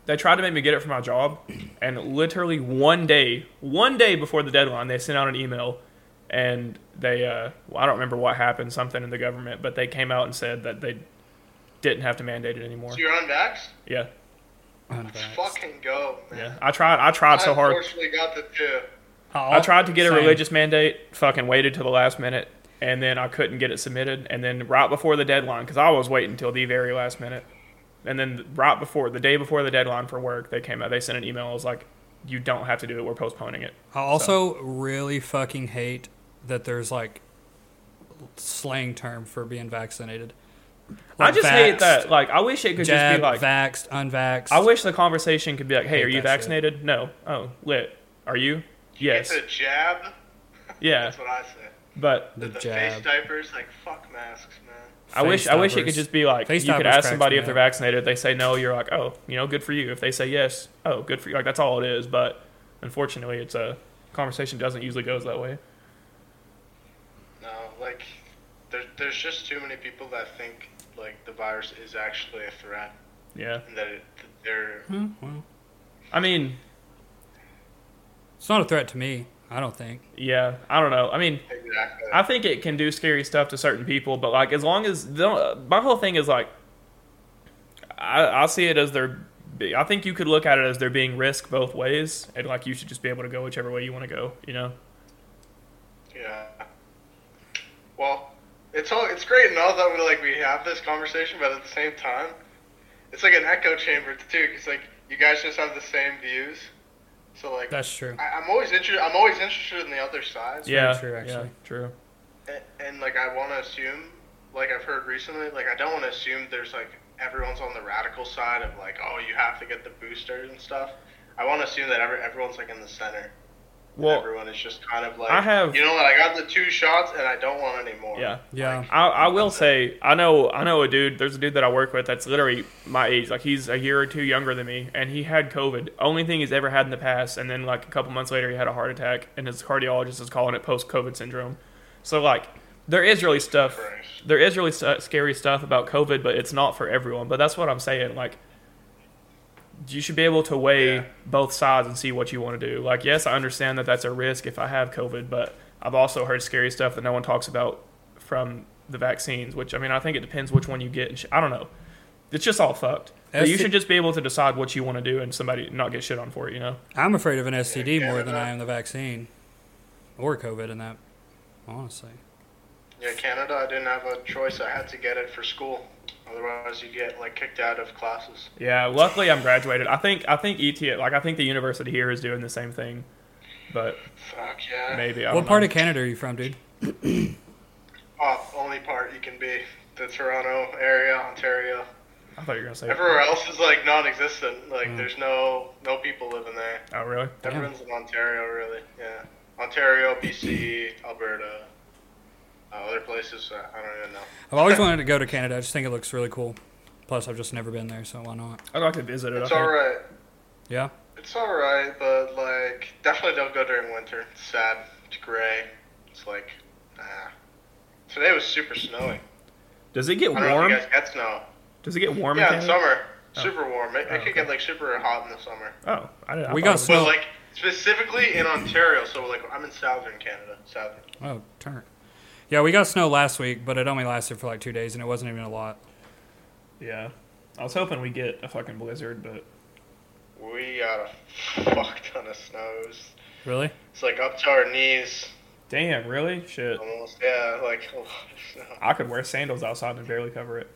They tried to make me get it for my job, and literally one day, one day before the deadline, they sent out an email, and they, uh, well, I don't remember what happened, something in the government, but they came out and said that they didn't have to mandate it anymore.
So you're unvaxxed?
Yeah,
Unvaxxed.
Fucking go, man.
yeah. I tried. I tried so
I
hard.
unfortunately got the two.
How-
I tried to get a
same.
religious mandate, fucking waited till the last minute, and then I couldn't get it submitted. And then right before the deadline, because I was waiting till the very last minute, and then right before the day before the deadline for work, they came out. They sent an email. I was like, "You don't have to do it. We're postponing it."
I also really fucking hate that there's like slang term for being vaccinated.
I just hate that. Like, I wish it could just
Jab,
be like,
vaxxed, unvaxxed.
I wish the conversation could be like, "Hey,
Hate
are you
that shit.
vaccinated? No. Oh, lit. Are you?
Yes.
Yes.
It's a jab.
Yeah.
<laughs> That's what I said.
But
the
The
jab.
face diapers, like fuck masks, man.
I wish I wish it could
diapers.
just be like
Face
you could
diapers
ask
cracks
somebody
me
if they're
up.
vaccinated. They say no, you're like, oh, you know, good for you. If they say yes, oh, good for you. Like that's all it is. But unfortunately, it's a conversation doesn't usually goes that way.
No, like there, there's just too many people that think like the virus is actually a threat
Yeah,
and that it, that they're
Hmm, well,
I mean,
it's not a threat to me. I don't think.
yeah, I don't know. I mean,
exactly.
I think it can do scary stuff to certain people, but like as long as don't, my whole thing is like, I I see it as there. be- I think you could look at it as there being risk both ways, and like you should just be able to go whichever way you want to go. You know?
yeah. Well, it's all it's great and all that we like we have this conversation, but at the same time, it's like an echo chamber too. Cause like you guys just have the same views, so like
That's true.
I, I'm always interested. I'm always interested in the other side.
very
yeah,
true, actually.
yeah, true.
and, and like I want to assume, like I've heard recently, like I don't want to assume there's like everyone's on the radical side of like, oh, you have to get the boosters and stuff. I want to assume that every, everyone's like in the center, And
Well,
everyone is just kind of like,
I have-
you know what? I got the two shots, and I don't want any more.
Yeah.
Yeah.
I, I will say I know I know a dude. There's a dude that I work with that's literally my age. Like he's a year or two younger than me, and he had COVID. Only thing he's ever had in the past, and then like a couple months later, he had a heart attack, and his cardiologist is calling it post-COVID syndrome. So like, there is really stuff.
Christ.
There is really stu scary stuff about COVID, but it's not for everyone. But that's what I'm saying. Like, you should be able to weigh
Yeah.
both sides and see what you want to do. Like, yes, I understand that that's a risk if I have COVID, but I've also heard scary stuff that no one talks about from the vaccines. Which I mean, I think it depends which one you get. And sh- I don't know. It's just all fucked. But
That's
you
the-
should just be able to decide what you want to do and somebody not get shit on for it. You know?
I'm afraid of an STD
Yeah,
more than
Canada.
I am the vaccine or COVID in that, honestly.
Yeah, Canada. I didn't have a choice. I had to get it for school. Otherwise, you get like kicked out of classes.
Yeah. Luckily, I'm graduated. I think I think ET like I think the university here is doing the same thing, but
Fuck yeah.
maybe I
What
don't
part
know.
of Canada are you from, dude?
Oh, only part you can be the Toronto area, Ontario.
I thought you were gonna say.
Everywhere else is like non-existent. Like
Mm.
there's no no people living there.
Oh really?
Everyone's in Ontario, really. Yeah, Ontario, BC, Alberta, uh, other places. Uh, I don't even know.
I've always wanted to go to Canada. I just think it looks really cool. Plus, I've just never been there, so why not?
I'd like to visit it. I
It's
think.
all right.
Yeah.
It's all right, but like definitely don't go during winter. It's sad. It's gray. It's like, ah. Today was super snowy.
Does it get
I don't know if
warm?
you guys get snow.
Does it get warm
yeah,
in
in
Canada?
summer, super warm. It, it
Oh,
could
okay.
get like super hot in the summer.
Oh, I didn't. I
We
thought
got
it was-
snow.
But like specifically in Ontario, so like I'm in southern Canada, southern.
Oh, turn. Yeah, we got snow last week, but it only lasted for like two days, and it wasn't even a lot.
Yeah, I was hoping we get a fucking blizzard, but
We got a fuck ton of snows.
Really?
It's like up to our knees,
damn, really? Shit,
almost. Yeah, like <laughs> a lot of snow.
I could wear sandals outside and barely
<laughs>
cover it.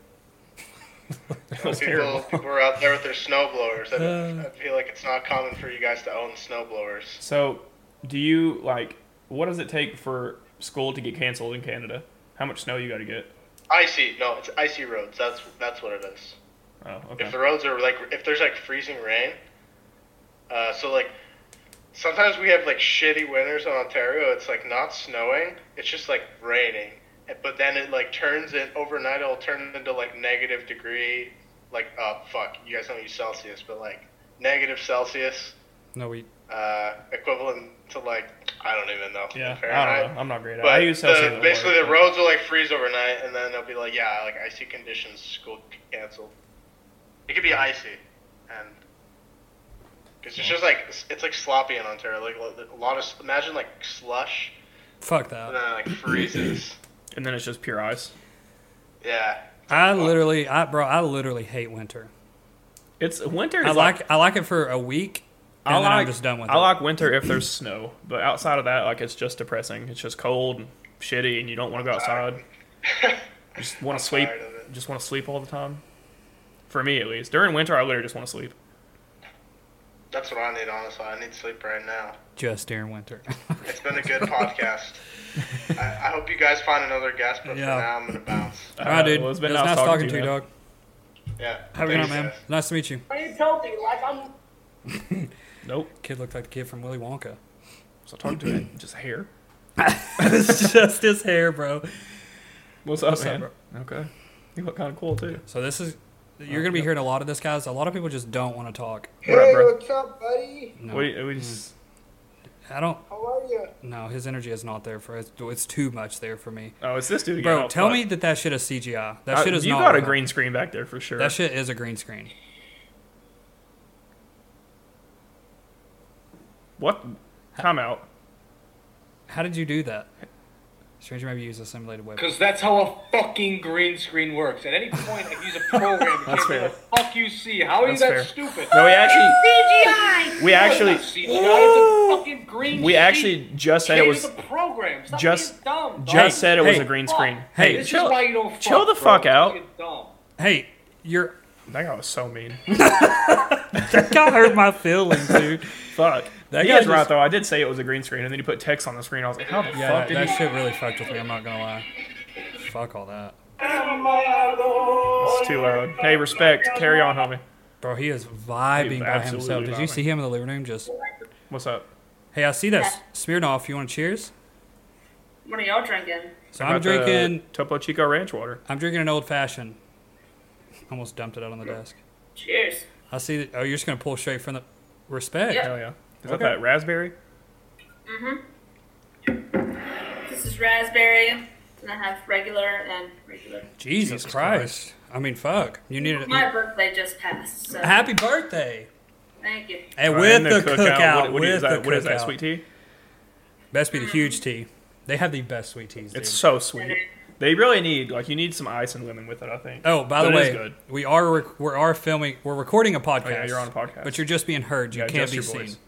that was
people,
terrible.
people are out there with their snow blowers. I,
Uh.
I feel like it's not common for you guys to own snow blowers.
So, do you like? What does it take for school to get canceled in Canada? How much snow you got to get?
Icy, no, it's icy roads. That's that's what it is.
Oh,
If
okay.
the roads are like, if there's like freezing rain, uh, so like, sometimes we have like shitty winters in Ontario. It's like not snowing. It's just like raining. But then it like turns in overnight. It'll turn into like negative degree, like uh fuck. You guys don't use Celsius, but like negative Celsius.
No, we.
uh, equivalent to like I don't even know.
Yeah, I
Fahrenheit.
don't know. I'm not great at.
But
it. I use Celsius.
the,
at
basically
work,
the roads will like freeze overnight, and then they'll be like, yeah, like icy conditions, school canceled. It could be icy, and because it's just like it's, it's like sloppy in Ontario. Like a lot of imagine like slush,
Fuck
and
that.
then it, like freezes.
but- and then it's just pure ice.
yeah,
I literally, I bro, I literally hate winter.
It's winter. Is
I like, I like it for a week, and
I
then
like,
I'm just done with
I
it.
like winter if there's snow, but outside of that, like it's just depressing. It's just cold, and shitty, and you don't want to go outside. just want
I'm
to sleep.
tired of it.
Just want to sleep all the time. For me, at least, during winter, I literally just want to sleep.
<laughs> that's what I need. Honestly, I need sleep right now.
just during winter. <laughs>
It's been a good podcast. I, I hope you guys find another guest, but
Yeah.
for now I'm gonna bounce.
<laughs> All right, dude.
Uh, well, it's been
it was nice talking to you,
man.
dog.
Yeah.
Have a good night,
Thanks,
man.
guys.
Nice to meet you.
Are you talking like I'm?
Nope.
Kid looked like the kid from Willy <laughs> Wonka.
So talking to him. <clears throat> Just hair.
it's just his hair, bro.
What's up,
What's up,
man? Okay. You look kind of cool too.
So this is you're gonna be hearing a lot of this, guys. A lot of people just don't want to talk.
What up, bro?
what's up, buddy?
No,
What do you- we just-
I don't.
How are you?
No, his energy is not there for us. It's too much there for me,
Oh, it's this dude again.
bro.
Oh,
tell
fuck.
me that that shit is CGI. That
Uh,
shit is
you
not.
got a
real.
green screen back there for sure.
That shit is a green screen.
what? Time out.
How did you do that? Stranger maybe use a simulated web.
Because that's how a fucking green screen works. At any point, I use a
<laughs>
program, you
That's
can't be
fair.
like, fuck you see. How are
That's
you that
fair.
stupid?
No, we actually,
CGI.
we actually,
See, it's not- it's a fucking green
we
sheet.
actually just said it
Change
was
the program. Stop
just-
being dumb.
just
dog.
said it was
Hey,
a green
Fuck.
screen.
Hey,
this
chill.
is why you don't fuck,
chill the
bro.
fuck out.
You're dumb.
Hey, you're.
That guy was so mean.
That hurt my
<laughs>
feelings, dude. <laughs>
Fuck. That
guy
guy's right
just-
though. I did say it was a green screen, and then he put text on the screen. I was like, how the
Yeah,
fuck
that,
did
that
he?
shit really fucked with me. I'm not gonna lie. Fuck all that,
It's too loud. Hey, respect. Carry on, homie.
bro. He is vibing
He's
by himself.
absolutely
Did you
vibing.
see him in the living room? Just
What's up?
Hey, I see that
Yeah.
Smirnoff. You want to cheers?
What are y'all drinking?
So
How
I'm
about the
drinking.
Topo Chico ranch water.
I'm drinking an old fashioned. Almost dumped it out on the desk.
Cheers.
I see. That, oh, you're just gonna pull straight from the respect.
Yeah.
Hell yeah. Is that
Okay.
that raspberry?
This is raspberry, and I have regular and regular.
Jesus,
Jesus
Christ. I mean, fuck. You needed it.
My birthday just passed, so
Happy birthday.
thank you.
Hey,
Uh,
with
and
the,
What,
cookout.
what
with
is that?
the
What is that?
cookout.
Sweet tea?
Best be the huge tea. They have the best sweet teas. Dude.
It's so sweet. They really need like you need some ice and lemon with it. I think.
oh, by
But
the
it is
way,
good.
we are rec- we are filming. We're recording a podcast.
Oh, yeah, you're on a podcast.
But you're just being heard. You
Yeah,
can't
just
be
your
seen.
voice.
<laughs>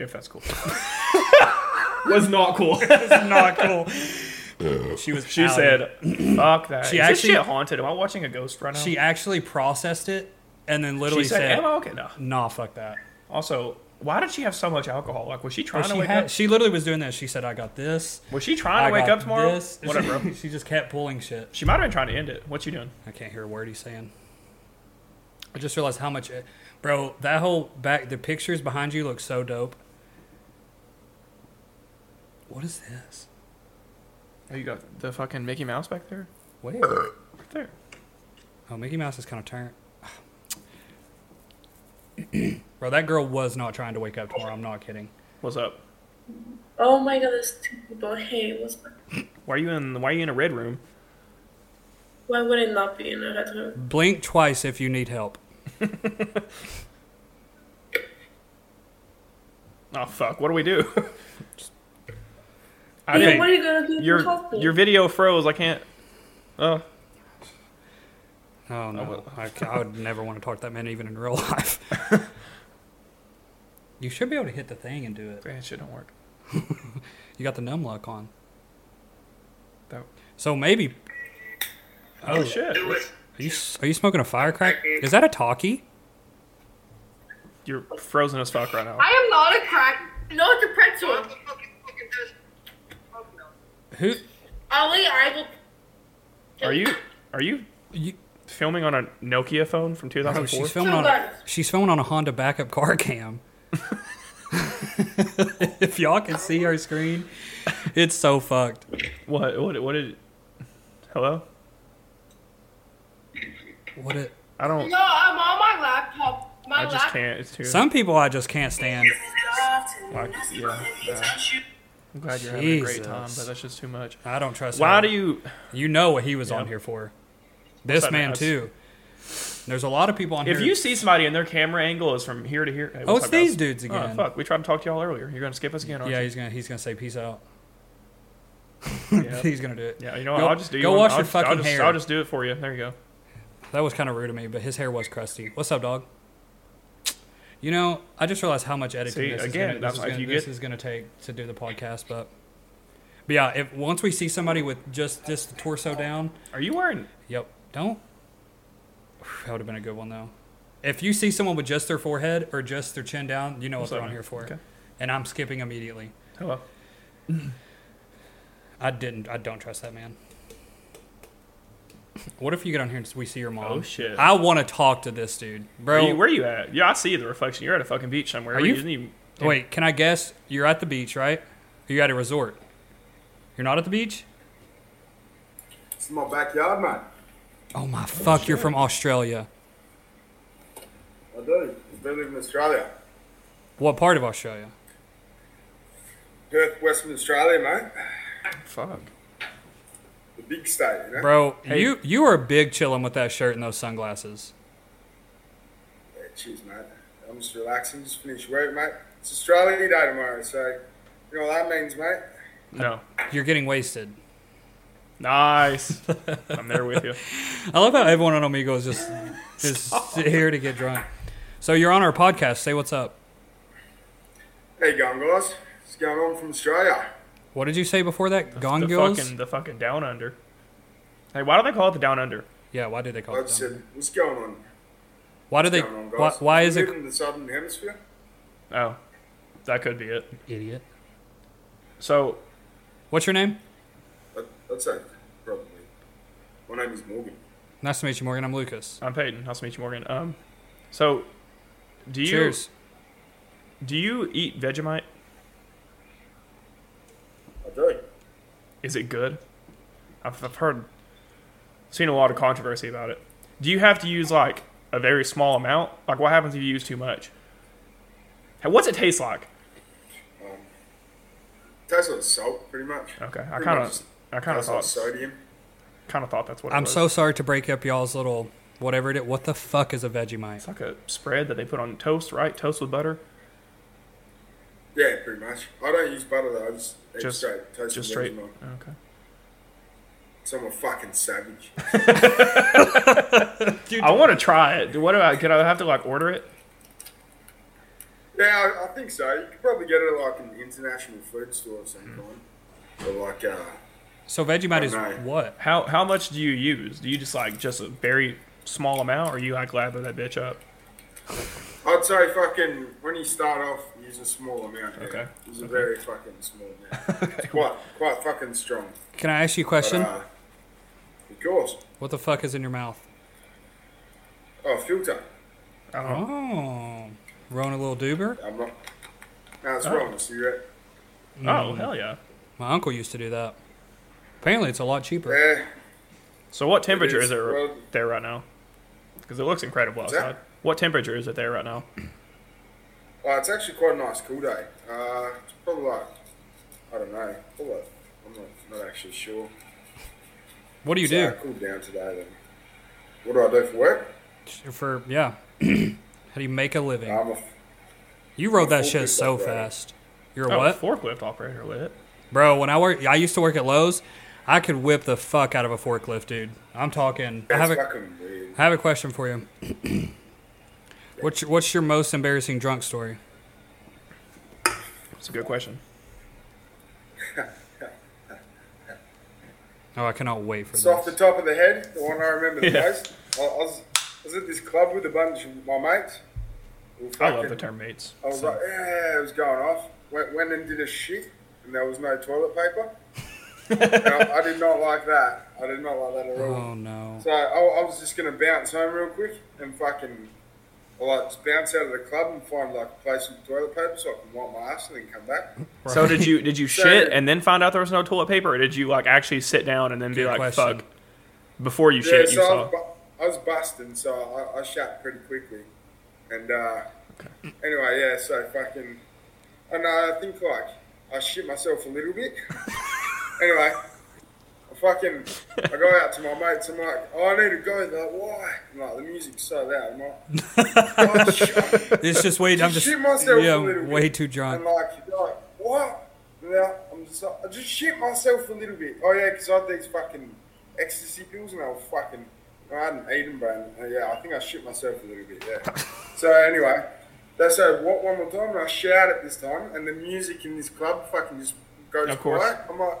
If that's <laughs> cool. Was not cool.
Not cool. She was.
<laughs> She
outed.
said, "Fuck that."
She
She actually
actually-
shit haunted. Am I watching a ghost right now?
She actually processed it and then
She
literally
said,
said,
"Am I okay?" No.
"Nah, fuck that."
Also, why did she have so much alcohol? Like, was she
Or
trying to
She,
wake
had-
up?
she literally was doing this. She said, "I got this."
Was she trying to
I
wake
got
up tomorrow?
This.
Whatever. bro.
<laughs> she just kept pulling shit.
she might have been trying to end it. What you doing?
I can't hear a word he's saying. I just realized how much, it, bro. That whole back, the pictures behind you look so dope. What is this?
Oh, you got the fucking Mickey Mouse back there.
Where?
Right there.
Oh, Mickey Mouse is kind of turned. <sighs> bro, that girl was not trying to wake up tomorrow. I'm not kidding.
What's up?
Oh my god, there's two people. Hey, what's my...
Why are you in? Why are you in a red room?
why would it not be in a red room?
Blink twice if you need help.
Oh fuck! What do we do? <laughs> I
Yeah,
didn't.
what are you gonna do? if you
your
help me?
your video froze. I can't. Oh,
Oh no, I, ca- I would never want to talk to that man even in real <laughs> life. you should be able to hit the thing and do it.
that shit don't work.
You got the numlock on,
That-
so maybe.
Oh, shit!
Are you s- are you smoking a firecracker? Is that a talkie?
You're frozen as fuck right now.
I am not a crack. No, it's a pretzel.
Who
Only I will.
Are you are you
you?
filming on a Nokia phone from
Oh,
2004?
she's filming on. A, she's filming on a Honda backup car <laughs> cam. if y'all can see our screen, it's so fucked.
what what what did? Hello?
What it?
I don't.
No, I'm on my laptop. My
I just can't. It's too.
Some people I just can't stand.
like, yeah. uh, I'm glad you're having a great time, but that's just too much.
I don't trust.
Why
her.
do you?
You know what he was on
Yeah.
here for. This
that
man
matter?
too. There's a lot of people on
If
here.
you see somebody and their camera angle is from here to here, Hey,
oh,
what's up,
it's
guys?
these dudes again.
Oh, fuck. We tried to talk to y'all earlier. You're gonna skip us again, aren't
yeah,
you?
he's gonna he's gonna say
<laughs>
peace out.
Yeah.
<laughs> he's gonna do it.
Yeah, you know what?
Go-
I'll just do.
go
you one.
wash
I'll
your
just-
fucking
I'll just,
hair.
I'll just do it for you. There you go.
That was kind of rude of me, but his hair was crusty. What's up, dog? You know, I just realized how much editing
See,
this,
again,
is gonna,
that's
this, is
why if
gonna,
you
this
get-
is gonna take to do the podcast, but but yeah, if once we see somebody with just just the torso down,
Are you wearing?
yep, don't. That would have been a good one though. If you see someone with just their forehead or just their chin down, you know what
What's
they're
up,
on
man?
here for,
Okay.
and I'm skipping immediately.
Hello.
I didn't. I don't trust that man. What if you get on here and we see your mom?
Oh, shit.
I want to talk to this dude, bro.
Where you, where you at? Yeah, I see the reflection. You're at a fucking beach somewhere.
Are
you
you-
didn't even-
Wait, can I guess? You're at the beach, right? Or you at a resort? You're not at the beach?
It's my backyard, man.
Oh my fuck! You're from Australia.
I do. I've been living in Australia.
What part of Australia?
Perth, Western Australia, mate.
Fuck.
The big state, you know?
Bro,
Hey.
you you are big chilling with that shirt and those sunglasses.
Yeah, cheers, mate. I'm just relaxing, just finished work, mate. It's Australia Day tomorrow, so you know what that means, mate.
No.
You're getting wasted. <laughs>
Nice. I'm there with you.
I love how everyone on Omegle is just is here to get drunk. So you're on our podcast. Say what's up.
How you going, guys? What's going on from Australia?
What did you say before that? Gone
the
girls?
fucking the fucking down under. Hey, why do they call it the down under?
Yeah. Why do they call
I
it?
just
Down?
said, what's going on?
Why do
What's
they?
going on, guys?
Why, why is
We
it?
live in the southern hemisphere?
Oh, that could be it.
Idiot.
So
What's your name?
I'd, I'd say probably. My name is Morgan.
Nice to meet you, Morgan. I'm Lucas.
I'm Peyton. Nice to meet you, Morgan. Um, so do you
Cheers.
Do you eat Vegemite?
I do.
Is it good? I've, I've heard, seen a lot of controversy about it. Do you have to use like a very small amount? Like, what happens if you use too much? Hey, What's it taste like?
Um, Tastes like salt, pretty much.
Okay, I
Pretty
kind
much
of,
just
I kind of
tastes like
thought,
sodium.
kind of thought that's what. It
I'm
was.
so sorry to break up y'all's little whatever it is. What the fuck is a Vegemite?
It's like a spread that they put on toast, right? Toast with butter,
Yeah, pretty much. I don't use butter though. I just, it's
just
straight. Tastes
just
like
straight.
vegemite.
Okay.
So I'm a fucking savage. <laughs>
I want to try it. What do I? Could I have to like order it?
yeah, I, I think so. You could probably get it at, like an international food store of some
Mm.
kind, or like uh,
So Vegemite is
Alright.
what?
How how much do you use? Do you just like just a very small amount, or you like lather that bitch
<laughs>
up?
I'd say fucking when you start off, use a small amount. Yeah.
Okay.
Use a very fucking small amount. It's quite, quite fucking strong.
Can I ask you a
But,
question?
uh, of course.
What the fuck is in your mouth?
Oh, filter.
I don't know.
Oh, rolling a little doober.
I'm not. No, it's
Oh.
wrong. A cigarette.
Mm.
Oh hell yeah!
My uncle used to do that. Apparently, it's a lot cheaper.
Yeah.
So what temperature
is
is, it
well-
there right now? Because it looks incredible
that?
outside. What temperature is it there right now?
Oh, it's actually quite a nice cool day. Uh, it's probably like, I don't know. Probably like, I'm not, not actually sure.
What do you
So
do
I cooled down today. Then. What do I do for work?
for yeah? How do you make a living?
I'm a f-
You rode that
full
shit
pick
so
up, right?
fast. You're a
Oh,
what,
forklift operator lit.
bro? When I work, I used to work at Lowe's. I could whip the fuck out of a forklift, dude. I'm talking. I
it's
have a,
fucking weird.
I have a question for you.
<coughs>
what's your, what's your most embarrassing drunk story?
It's a good question.
Oh, I cannot wait for
It's off the
this.
top of the head, the one I remember the
Yeah.
most. I, I, was, I was at this club with a bunch of my mates. We were
I love the
fucking- Oh.
term mates.
I was
So-
like, yeah, it was going off. Went, went and did a shit, and there was no toilet
<laughs>
paper. I, I did not like that. I did not like that at all.
<laughs>
Oh no. <laughs>
So I, I was just gonna bounce home real quick and fucking, I like just bounce out of the club and find like a place with toilet paper so I can wipe my ass and then come back.
So did
<laughs>
you did you
So-
shit and then find out there was no toilet paper, or did you like actually sit down and then be
Good
like
question.
fuck before you shit?
so
you
I,
saw.
was bu- I was busting, so I, I shat pretty quickly. And uh, anyway, yeah, so fucking, I know, I think like I shit myself a little
<laughs>
bit. anyway, I fucking, I go out to my mates. I'm like, oh, I need to go. They're like, why? I'm like, the music's so loud. I'm like, "Oh, shut up."
It's just way. I'm
Just
just
shit myself a
yeah,
little bit.
way too
And
drunk.
like, you're like what? Yeah, I'm just like, I just shit myself a little bit. Oh yeah, because I had these fucking ecstasy pills and I was fucking, I hadn't eaten, but uh, yeah, I think I shit myself a little bit.
<laughs>
Yeah. so anyway, they said what one more time, and I shout it this time, and the music in this club fucking just goes
Of course.
quiet. I'm like,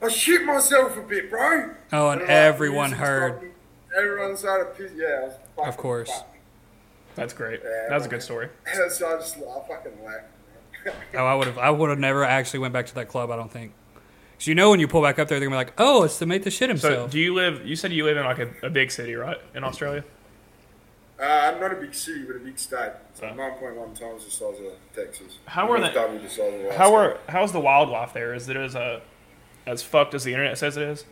I shit myself a bit, bro.
Oh, and
like, the
everyone
music's
heard.
fucking- Everyone started pissing. Yeah, I was fucking
Of course.
fucked.
That's great. That was a good story.
<laughs> so I just, I fucking laughed. man.
Oh, I would have. I would have never actually went back to that club. I don't think. So you know when you pull back up there, they're gonna be like, "Oh, it's the mate that
So
shit himself."
do you live? You said you live in like a, a big city, right, in Australia?
<laughs> Uh, not a big city, but a big state. It's
Okay.
9.1 times the size of Texas.
How are
Almost
they-
Double the size of Alaska.
How are how's the wildlife there? Is it as uh, as fucked as the internet says it is?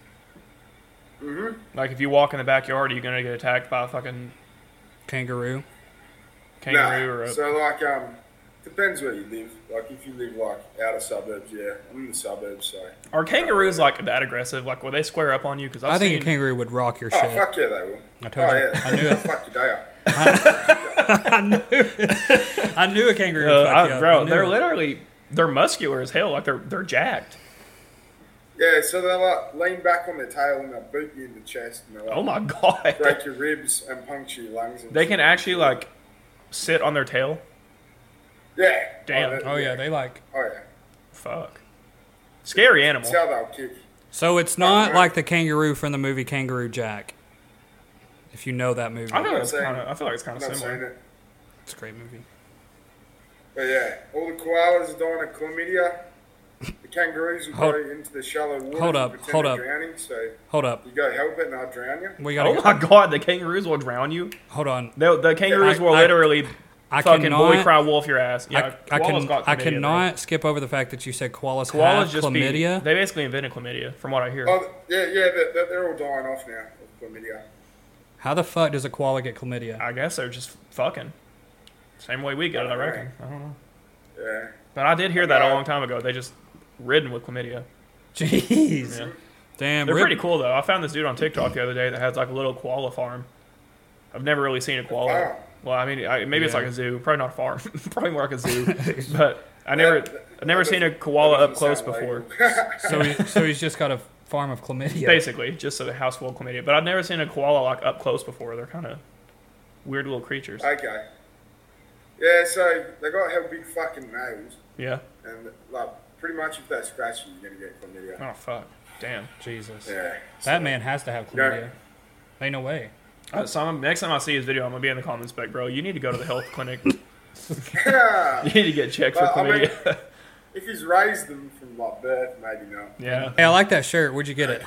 Mm-hmm. Like if you walk in the backyard, are you gonna get attacked by a fucking
Kangaroo.
kangaroo
Nah.
or a?
So, like, um, depends where you live. Like, if you live, like, outer suburbs, yeah. I'm in the suburbs, so.
are kangaroos like that aggressive? Like will they square up on you? Because
i
I've
think
seen
a kangaroo would rock your
Oh,
shit.
fuck yeah, they will.
I told
oh,
you.
yeah. <laughs>
I knew it.
fuck your day up.
I knew. it. I knew a kangaroo.
Uh,
would fuck
I-
you up. I
bro,
knew
they're
it.
literally they're muscular as hell. Like they're they're jacked.
Yeah, so they, like, lean back on their tail and they boot you in the chest and they, like,
Oh my <laughs> god.
break your ribs and puncture your lungs. And
They can actually like sit on their tail.
Yeah.
Damn.
they-
Oh yeah, they like.
Oh, yeah.
Fuck. Scary animal.
That's how they'll kick.
So it's not like the kangaroo from the movie Kangaroo Jack. If you know that movie,
I feel like
not
it's
saying-
kind of. I feel like it's kind
I'm
of
not saying
similar.
it.
it's a great movie.
But yeah, all the koalas are dying of chlamydia. The kangaroos are
Hold-
going into the shallow water.
hold
and
up,
pretend
hold
they're
up.
Drowning, so
Hold up,
you go help it and I'll drown you.
we gotta
Oh
go.
my god, the kangaroos will drown you.
hold on.
They, the kangaroos
I-
will
I-
literally
I
fucking
cannot.
boy cry wolf your ass. Yeah,
I, I,
koalas
can,
got chlamydia,
I
bro.
cannot skip over the fact that you said koalas,
Koalas
have
just be-
chlamydia.
they basically invented chlamydia, from what I hear.
Oh, yeah, yeah, they're, they're- they're all dying off now of chlamydia.
How the fuck does a koala get chlamydia?
I guess they're just fucking. Same way we got it, I reckon. I don't know.
Yeah.
But I did hear that a long time ago. They just ridden with chlamydia.
Jeez.
Yeah.
Damn.
They're
rip-
pretty cool though. I found this dude on TikTok the other day that has like a little koala farm. I've never really seen a koala.
Wow.
Well, I mean, I, maybe it's
Yeah.
like a zoo. Probably not a farm. <laughs> Probably more like
<laughs>
a zoo. but I never,
That-
I've never
that
seen a
doesn't-
koala
that
up
doesn't
close
sound
before.
right.
So, he, so he's just got a farm of chlamydia.
Basically, just a house full of chlamydia. But I've never seen a koala like up close before. They're kind of weird little creatures.
<laughs> okay. Yeah, so they got how big fucking nails,
yeah.
and like pretty much if they scratch you, you're gonna get chlamydia.
Oh fuck. Damn.
Jesus.
Yeah.
That man has to have chlamydia. Ain't no way.
Uh, so I'm, next time I see his video, I'm gonna be in the comments like, bro, you need to go to the health <laughs> clinic. you
Yeah.
need to get checked for
Well, I mean-
chlamydia.
<laughs>
<laughs>
if he's raised them from like birth, maybe not.
yeah.
Hey, I like that shirt. Where'd you get it?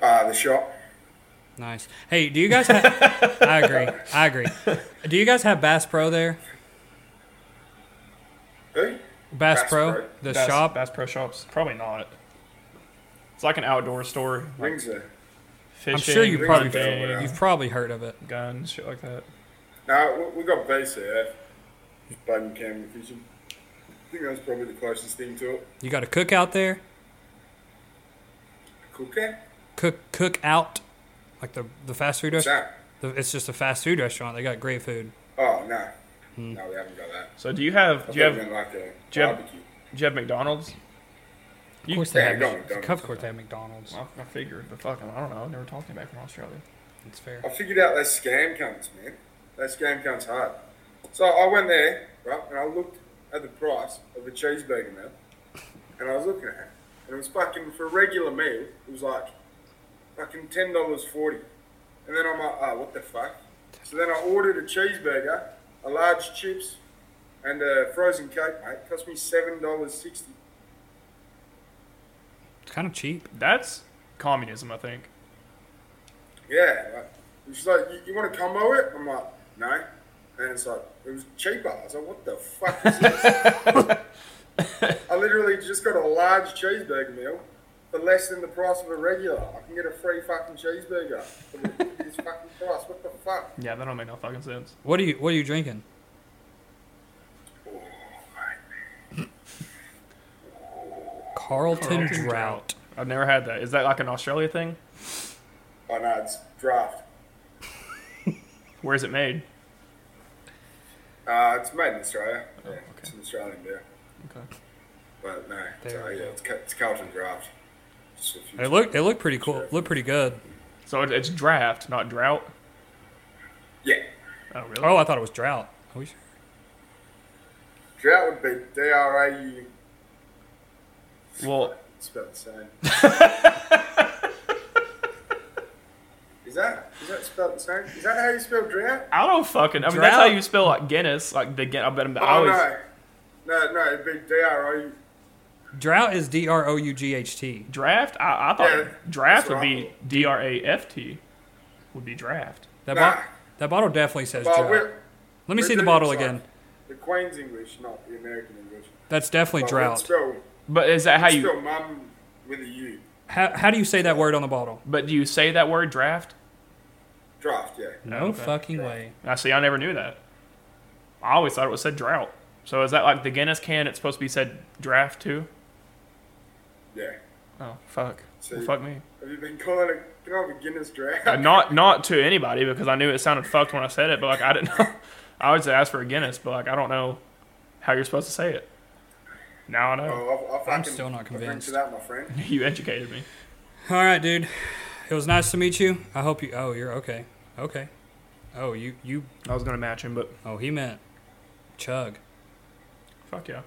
Uh, the shop.
Nice. Hey, do you guys have? I agree. I agree. Do you guys have Bass Pro there?
Who?
Bass,
Bass
Pro,
Pro.
the
Bass-
shop.
Bass Pro Shops. Probably not. It's like an outdoor store. Like
Windsor.
fishing,
I'm sure you
Big
probably
Bang
hunting,
Theory.
you've probably heard of it.
guns, shit like that.
No, we, we got VCF. Just Bowden Camera Fishing. I think that's probably the closest thing to it.
You got a cook out there.
Cooker?
Cook cook out, like the the fast food
What's
restaurant.
that?
It's just a fast food restaurant. They got great food.
Oh, no. No, we haven't got that.
So do you have
I
Hmm. do you have
thought you meant like a
do you have-
barbecue.
do you have McDonald's?
Of
Yeah,
course they have.
you got McDonald's.
Of course they have McDonald's.
I, I figured, but fucking, I don't know. I've never talked to anybody from Australia.
It's fair.
I figured out they scam cunts, man. They scam cunts hard. So I went there, right, and I looked at the price of a cheeseburger now, and I was looking at it, and it was fucking for a regular meal. It was like fucking ten dollars forty, and then I'm like, oh, what the fuck? So then I ordered a cheeseburger, a large chips, and a frozen cake, mate. It cost me seven dollars sixty.
It's kind of cheap.
That's communism, I
<laughs>
think. <laughs>
Yeah, like, she's like, you, you want to combo it? I'm like, no. And it's like, it was cheaper. I was like, what the fuck is
<laughs>
this? I literally just got a large cheeseburger meal for less than the price of a regular. I can get a free fucking cheeseburger for
<laughs>
this fucking price. What the fuck?
Yeah, that don't make no fucking sense.
What are you What are you drinking?
Oh,
Carlton Drought.
I've never had that. Is that like an Australia thing?
Oh no, it's draft.
Where is it made?
Uh, it's made in Australia.
Oh,
yeah, It's
okay.
an Australian beer.
Okay.
But no, it's,
There
uh,
we
yeah,
go.
it's, Ca- it's Carlton draft. It's a few-
It looked It looked pretty cool. Looked pretty good.
So it, it's draft, not drought.
Yeah.
Oh really?
Oh, I thought it was drought. Are we sure?
Drought would be D R A U.
Well, <laughs>
It's about the same. is that is that spelled the same? Is that how you spell drought?
I don't fucking. I mean, that's how
Drought?
you spell like Guinness, like the Guin- I bet I'm the
Oh
I always.
no, no, no. It'd be D R O U.
Drought is D R O U G H T.
Draft? I, I thought
Yeah, that's
draft would
what I
be D R A F T. Would be draft.
That,
Nah.
bo- that bottle definitely says
Well,
drought.
we're,
Let
we're
me see the
doing
bottle
it like
again.
The Queen's English, not the American English.
That's definitely
Like,
drought.
It's spelled,
But is that how
it's
you?
spelled mum with a U.
How, how do you say that word on the bottle?
But do you say that word draft?
Draft, yeah.
No
Okay.
fucking way.
I see. I never knew that. I always thought it was said drought. So is that like the Guinness can? It's supposed to be said draft too.
Yeah.
Oh fuck. Well,
See.
fuck me.
Have you been calling it? Can I have a Guinness draft?
Uh, Not not to anybody because I knew it sounded fucked when I said it. But like I didn't know. <laughs> I always ask for a Guinness, but like I don't know how you're supposed to say it. Now I know.
<laughs>
<laughs>
Oh, I, I fucking,
I'm still not
I've been
convinced.
To that, my friend.
You educated me.
All right, dude. It was nice to meet you. I hope you. Oh, you're okay. Okay. Oh, you you.
I was gonna match him, but
Oh, he meant chug.
fuck yeah.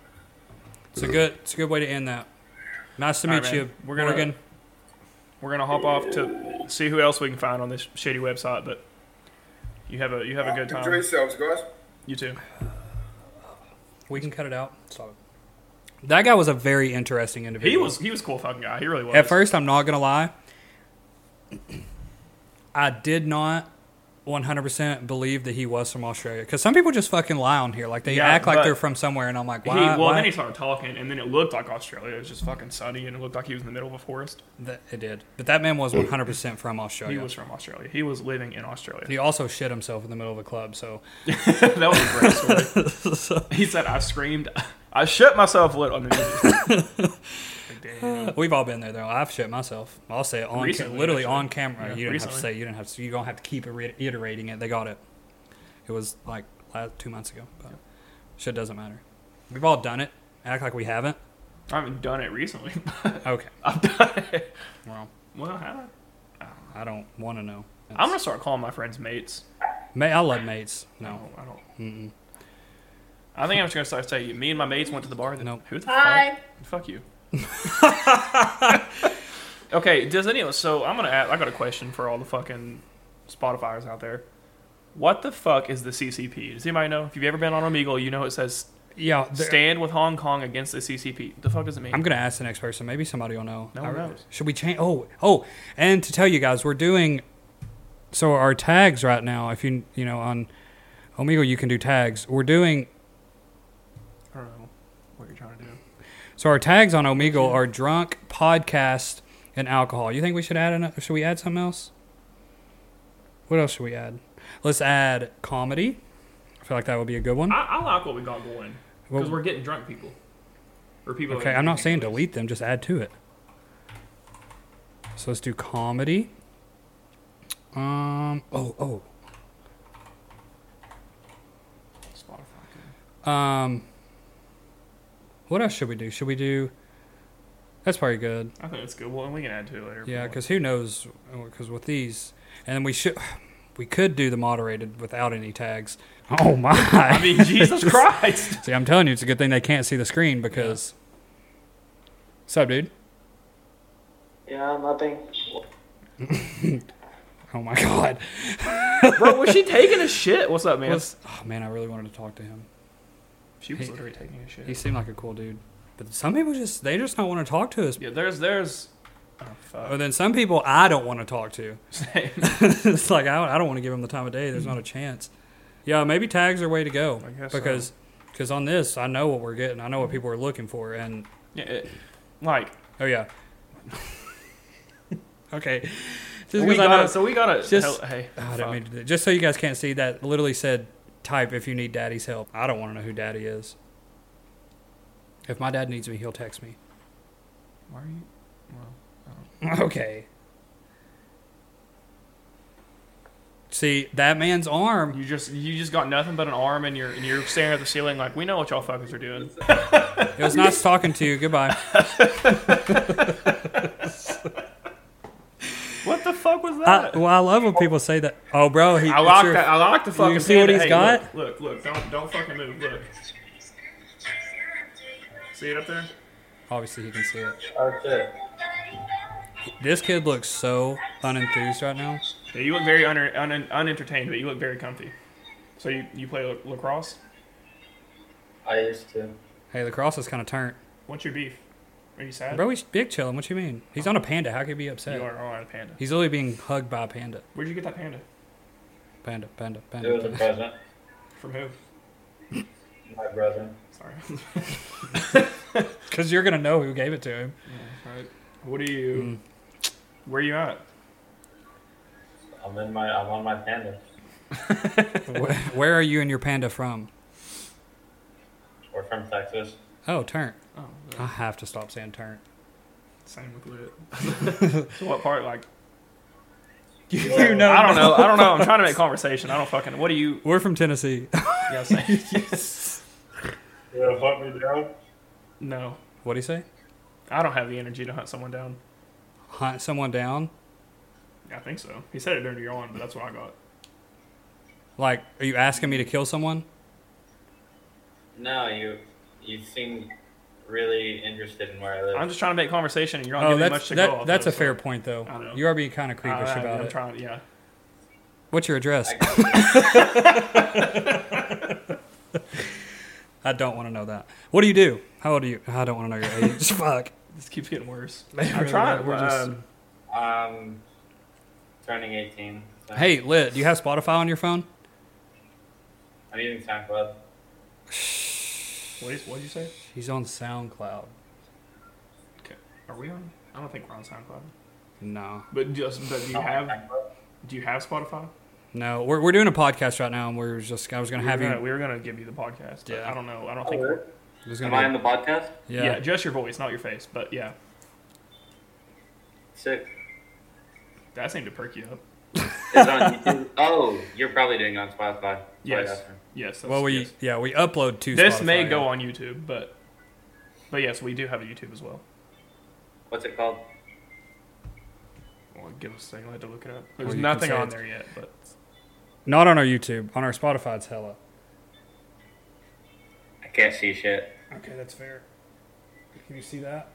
It's a good. It's a good way to end that. Nice to
All
meet
right,
you,
man. We're gonna-
Morgan.
We're gonna hop off to see who else we can find on this shitty website, but you have a you have a good
Enjoy
time.
yourselves, guys.
You too.
We can cut it out. Stop it. That guy was a very interesting individual.
He was he was a cool fucking guy. He really was.
At first, I'm not gonna lie. I did not 100% believe that he was from Australia because some people just fucking lie on here. Like they
Yeah,
act like
but-
they're from somewhere, and I'm like,
He,
why?
well,
why-
then he started talking, and then it looked like Australia. It was just fucking sunny, and it looked like he was in the middle of a forest.
That- it did. But that man was 100% from
He
Australia.
was from Australia. He was living in Australia.
He also shit himself in the middle of a club.
<laughs>
So
that was a great story. he said, "I screamed, I shut myself lit on the news." Like, damn.
we've all been there, though. I've shit myself. I'll say it on
Recently,
ca- literally
actually.
on camera.
Yeah,
you don't have
recently.
to say. You don't have to. You don't have to keep reiterating it. They got it. It was like last, two months ago. But shit doesn't matter. We've all done it. Act like we haven't.
I haven't done it recently. <laughs> But
Okay.
I've done it.
Well,
Well, have I?
I don't want to know.
I'm gonna start calling my friends mates.
May I love mates?
I
No.
don't. I, don't. I think I'm just gonna start saying me and my mates went to the bar. Then
Nope.
who the
Hi.
fuck? Fuck you. okay. Does anyone? So I'm gonna. Ask, I got a question for all the fucking Spotifyers out there. What the fuck is the CCP? Does anybody know? If you've ever been on Omegle, you know it says
Yeah. there-
stand with Hong Kong against the CCP. The fuck does it mean?
I'm gonna ask the next person. Maybe somebody will know.
No one
I-
knows.
Should we change? Oh, oh, and to tell you guys, we're doing so our tags right now. If you you know on Omegle, you can do tags. We're doing
I don't know what you're trying to do.
so our tags on Omegle are drunk, podcast, and alcohol. You think we should add? An, should we add something else? What else should we add? Let's add comedy. I feel like that would be a good one.
I, I like what we got going because
Well-
we're getting drunk people or people. that
Okay,
are
I'm not saying
drinking, at least.
delete them, just add to it. So let's do comedy. Um. Oh.
Spotify.
Oh. Um. What else should we do? Should we do? That's probably good.
I think that's good. Well, and we can add to it later. if we
Yeah,
want.
because who knows? Because with these, and then we should, we could do the moderated without any tags. Oh my!
I mean,
<laughs>
Jesus Christ.
See, I'm telling you, it's a good thing they can't see the screen because. What's up, dude?
Yeah, nothing.
<laughs> Oh my God!
Bro, was she taking a shit? What's up, man?
<laughs> What's- oh man, I really wanted to talk to him.
she was
He-
literally taking a shit.
He seemed like a cool dude. But some people just they just don't want to talk to us.
yeah, there's, there's. Oh,
Or
fuck.
then some people I don't want to talk to. <laughs>
Same.
it's like I don't, I don't want to give them the time of day. There's not a chance. Yeah, maybe tags are way to go
I guess so.
because because on this I know what we're getting. I know what people are looking for. And
<laughs> Yeah, it, like,
oh yeah, <laughs> okay. Just
we
'cause I
gotta,
know-
so we gotta.
just- Ah,
hell, hey.
I
fuck.
didn't mean to do that. just so you guys can't see that literally said type if you need daddy's help. I don't want to know who daddy is. If my dad needs me, he'll text me.
Why are you.
<laughs> Okay. See, that man's arm.
You just you just got nothing but an arm and you're and you're staring at the ceiling like we know what y'all fuckers are
<laughs>
doing.
It was nice talking to you. Goodbye.
What the fuck was
I,
that?
well, I love when people say that. Oh, bro, he.
I like
sure-
that. I like the fucking.
can see what
panda.
he's
Hey,
got?
Look, look, look, don't don't fucking move. Look. See it up there?
Obviously, he can see it.
Okay.
This kid looks so unenthused right now.
Yeah, you look very un- un- unentertained, but you look very comfy. So you you play la- lacrosse?
I used to.
Hey, the cross is kind of turned.
What's your beef? Are you sad?
Bro, he's big chilling. What you mean? He's on a panda. How could he be upset?
you are on a panda.
He's literally being hugged by a panda.
Where'd you get that panda?
Panda, panda,
It was a
panda. panda.
present.
From who?
My brother.
Sorry.
<laughs> Because you're going to know who gave it to
<laughs>
him.
Alright. What are you?
Mm.
Where you at?
I'm in my. I'm on my panda.
where, where are you and your panda from?
We're from Texas.
Oh, turn.
Oh,
I have to stop
<laughs>
saying turn.
same with lit. so what part? Like
you know.
I don't know. I don't know. I'm trying to make conversation. I don't fucking. What do you?
<laughs> We're from Tennessee. <laughs>
Yeah, same.
You gonna hunt me down?
no,
What do you say?
I don't have the energy to hunt someone down.
Hunt someone down?
Yeah, I think so. He said it earlier on, but that's what I got.
Like, are you asking me to kill someone?
No, you. You seem really interested in where I live.
I'm just trying to make conversation, and you're not
oh,
giving me
that's
much to
that,
go off
that's a
of,
fair point though.
I know.
You are being kind of
So. I,
creepish about
am
it.
trying. Yeah.
What's your address? <laughs> I don't want to know that. What do you do? How old are you? I don't want to know your age. <laughs> Fuck.
This keeps getting worse.
<laughs> They
I'm um,
really
trying.
are. We're
um,
um. turning 18. so
Hey, Lit, do you have Spotify on your phone?
I'm using SoundCloud.
What is? What did you say?
He's on SoundCloud.
Okay. Are we on? I don't think we're on SoundCloud.
No,
But just, but do you have? Do you have Spotify?
no, we're, we're doing a podcast right now, and we're just I was gonna
we
have
were gonna,
you.
we were gonna give you the podcast. but
Yeah.
I don't know. I don't think.
Oh,
it was
am I on
gonna
the podcast?
be,
yeah.
yeah,
Just your voice, not your face. But yeah,
Sick.
that seemed to perk you up.
Is it on YouTube? <laughs> Oh, you're probably doing it on Spotify. Sorry,
Yes.
Dustin.
Yes. that's-
Well, we
yes.
yeah we upload to
This
Spotify,
may
yeah.
go on YouTube, but but yes, we do have a YouTube as well.
What's it called?
Well, give us a second. I had to look it up. There's
you can
nothing
say
on
it's-
there yet, but
Not on our YouTube, on our Spotify. It's hella.
I can't see shit.
okay, that's fair. Can you see that?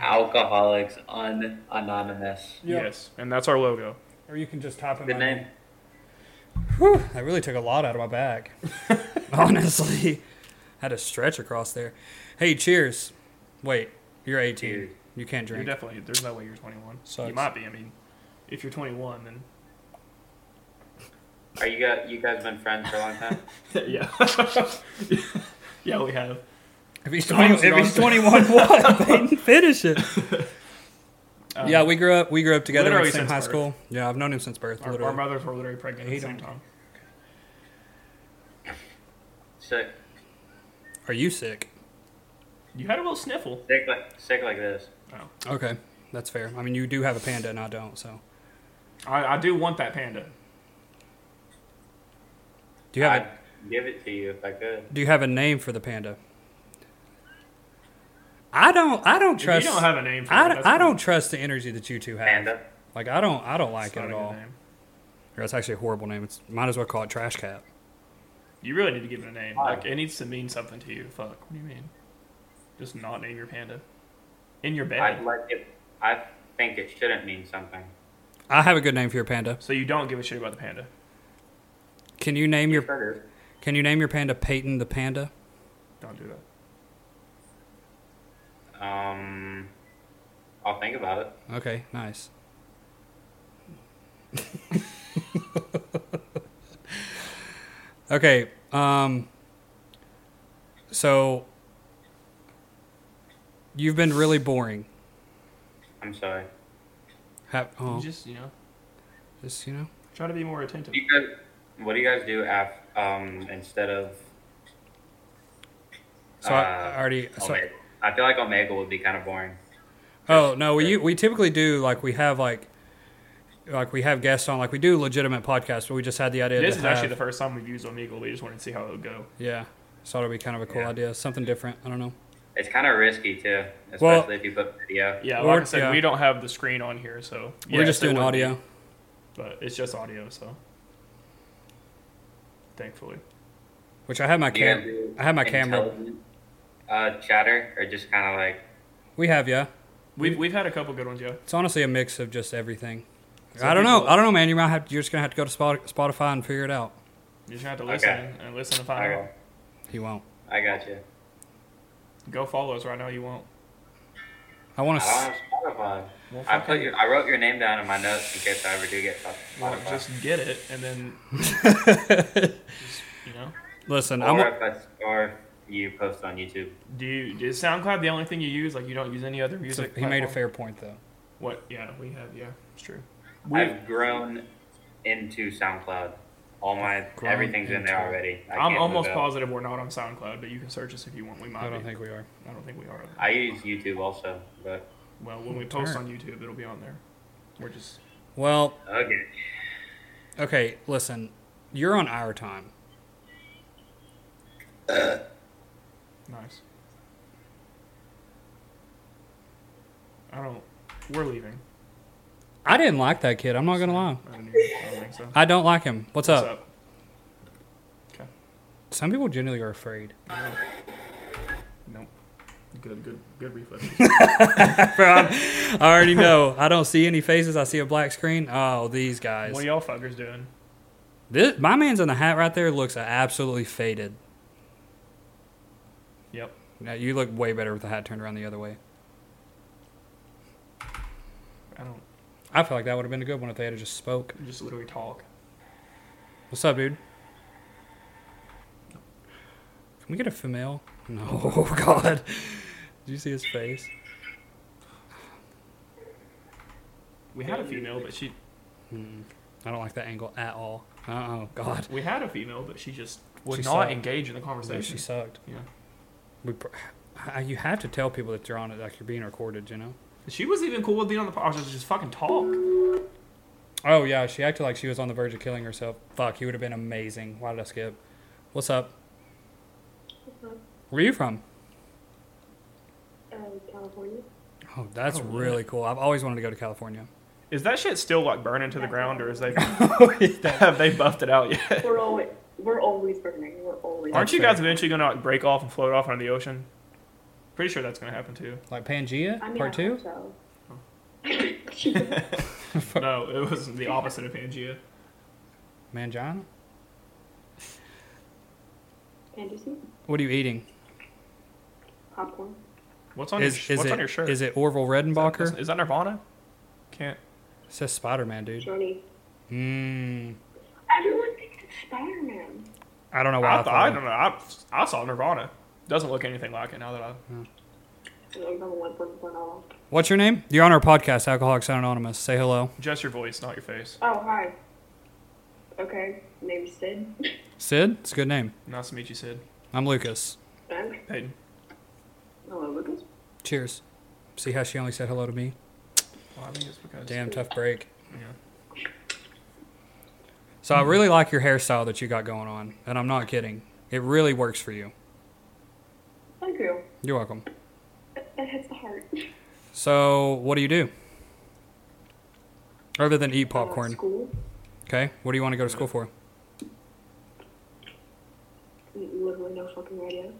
Alcoholics Un- Anonymous.
Yes, and that's our logo.
Or you can just type in
Good name.
Whew, that really took a lot out of my
<laughs>
back. Honestly, had to stretch across there. Hey, cheers. Wait, you're 18.
Cheers.
You can't
You're
drink.
definitely. There's no way you're 21.
Sucks.
You might be. I mean, if you're 21, then
Are you guys, you guys been friends for a long time?
<laughs> yeah, yeah, we have.
if he's, 20, if he's
<laughs>
21, what? They didn't finish it.
Um,
yeah, we grew up. We grew up together. Literally
literally
in the same
since
high
birth.
school. Yeah, I've known him since birth.
Our, our
literally.
mothers were literally pregnant at
Hate
the same
them.
time.
Sick.
Are you sick?
You had a little sniffle.
Sick like, sick like this.
Okay, that's fair. I mean, you do have a panda, and I don't. So,
I, I do want that panda.
do you have
I'd give it to you if I could.
a, do you have a name for the panda? I don't. I don't
If
trust.
you don't have a name for it.
I,
that's
I
fine.
don't trust the energy that you two have.
Panda.
Like I don't I don't like
It's
it
not
at
a good
all.
name.
Or It's actually a horrible name. It's might as well call it Trash Cat.
You really need to give it a name. Like it needs to mean something to you. Fuck. What do you mean? Just not name your panda. In your bed.
I'd like it. I think it shouldn't mean something.
I have a good name for your panda.
so you don't give a shit about the panda.
Can you name your
Sure it is.
Can you name your panda Peyton the Panda?
Don't do that.
Um, I'll think about it.
Okay, nice. <laughs> okay, um so you've been really boring.
I'm sorry.
Have, oh,
You
just,
just you know
you know.
try to be more attentive.
You guys, what do you guys do af, um, instead of? uh,
So
Uh,
I, I already so,
Omega? I feel like Omega would be kind of boring.
Oh no, we we typically do like we have like like we have guests on like we do legitimate podcasts, but we just had the idea.
This
to
is
have,
actually the first time we've used Omegle. We just wanted to see how it would go.
yeah. So it'll be kind of a cool
Yeah.
idea, something different. I don't know.
It's kind of risky too, especially
Well-
if you put video.
Yeah,
Or-
like I said,
yeah.
we don't have the screen on here, so
We're
yes,
just
it
doing
would be,
audio.
but it's just audio. So thankfully,
Which I have my
Do you guys
cam.
do
I have my camera.
intelligent, Uh, chatter or just kind of like
We have yeah.
we've we've had a couple good ones, yeah.
It's honestly a mix of just everything.
So
I don't know.
people-
I don't know, man. You might have. You're just gonna have to go to Spot- Spotify and figure it out.
You just have to
Okay.
listen and listen to find
Uh-huh.
Okay.
He won't.
I got you.
out. Go follow us right now. You won't.
I want
I don't
to.
have Spotify.
Well,
I put
fucking-
your, I wrote your name down in my notes in case I ever do get Spotify.
Well, just get it, and then Uh, you know.
<laughs> Listen,
or
I'm.
if I, or you post on YouTube.
Do you is SoundCloud the only thing you use? Like you don't use any other
so
music?
he made a
platform?
fair point though.
What? Yeah, we have. Yeah, it's true.
I've grown into SoundCloud. All my
Grown
everything's in there
into-
already. I can't
I'm
move
almost
out.
positive we're not on SoundCloud, but you can search us if you want. We might.
I don't
be.
think we are.
I don't think we are.
I use YouTube also, but
Well, when we post
Turn.
on YouTube, it'll be on there. We're just
Well,
okay.
okay. Listen, you're on our time.
nice. I don't. We're leaving.
I didn't like that kid. I'm not gonna lie.
I don't, even, I don't think so.
I don't like him. <laughs> What's, up?
What's up?
Some people generally are <laughs> afraid.
Nope. Good. Good. Good reflex.
<laughs> Bro, I'm- I already know. I don't see any faces. I see a black screen. Oh, these guys.
what are y'all fuckers doing?
This, my man's in the hat right there looks absolutely faded.
Yep.
Now, you look way better with the hat turned around the other way.
I don't.
I feel like that would have been a good one if they had just spoke.
Just literally talk.
What's up, dude? Can we get a female? No, <laughs> God. Did you see his face?
We had a female, but she.
I don't like that angle at all. Oh, God.
We had a female, but she just would
She
not
sucked.
engage in the
She
conversation.
sucked.
yeah.
We, pr- I- you have to tell people that you're on it, like you're being recorded, you know?
She was even cool with being on the podcast. Just, just fucking talk.
Oh, yeah, she acted like she was on the verge of killing herself. Fuck, he would have been amazing. Why did I skip? What's up? Where are you from?
uh, California.
Oh, that's really cool. I've always wanted to go
<laughs>
to California.
Is that shit still like burning to the ground, or is they <laughs>
That's
have they buffed it out yet?
We're always we're always burning. We're always.
Aren't you
fair.
guys eventually gonna like break off and float off into the ocean? Pretty sure that's gonna happen too.
Like Pangea,
I mean,
part
I
two?
hope So. <laughs>
No, it was the opposite of Pangea.
Mangina?
Fantasy?
What are you eating?
Popcorn?
What's on your
Is,
sh-
is
What's
it,
on your shirt?
Is it Orville Redenbacher?
Is that Nirvana? Can't.
it says Spider Man, dude.
Johnny.
Mmm.
Everyone thinks it's Spider Man.
I don't know why
Oh,
I,
I, th-
thought
I
that.
don't know. I, I saw Nirvana. Doesn't look anything like it now that I.
Oh,
What's your name? You're on our podcast, Alcoholics Anonymous. Say hello.
Just your voice, not your face.
Oh, hi. Okay, name's Sid. <laughs>
Sid? It's a good name.
Nice to meet you, Sid.
I'm Lucas.
Ben.
Peyton.
Hello, Lucas.
Cheers. See how she only said hello to me?
Well, I think it's because.
Damn tough break.
Yeah.
So I really like your hairstyle that you got going on, and I'm not kidding. It really works for you.
Thank you.
You're welcome.
It, it hits the heart.
So what do you do? Other than eat
Uh,
popcorn.
school.
Okay. What do you want to go to school for?
Literally no fucking idea.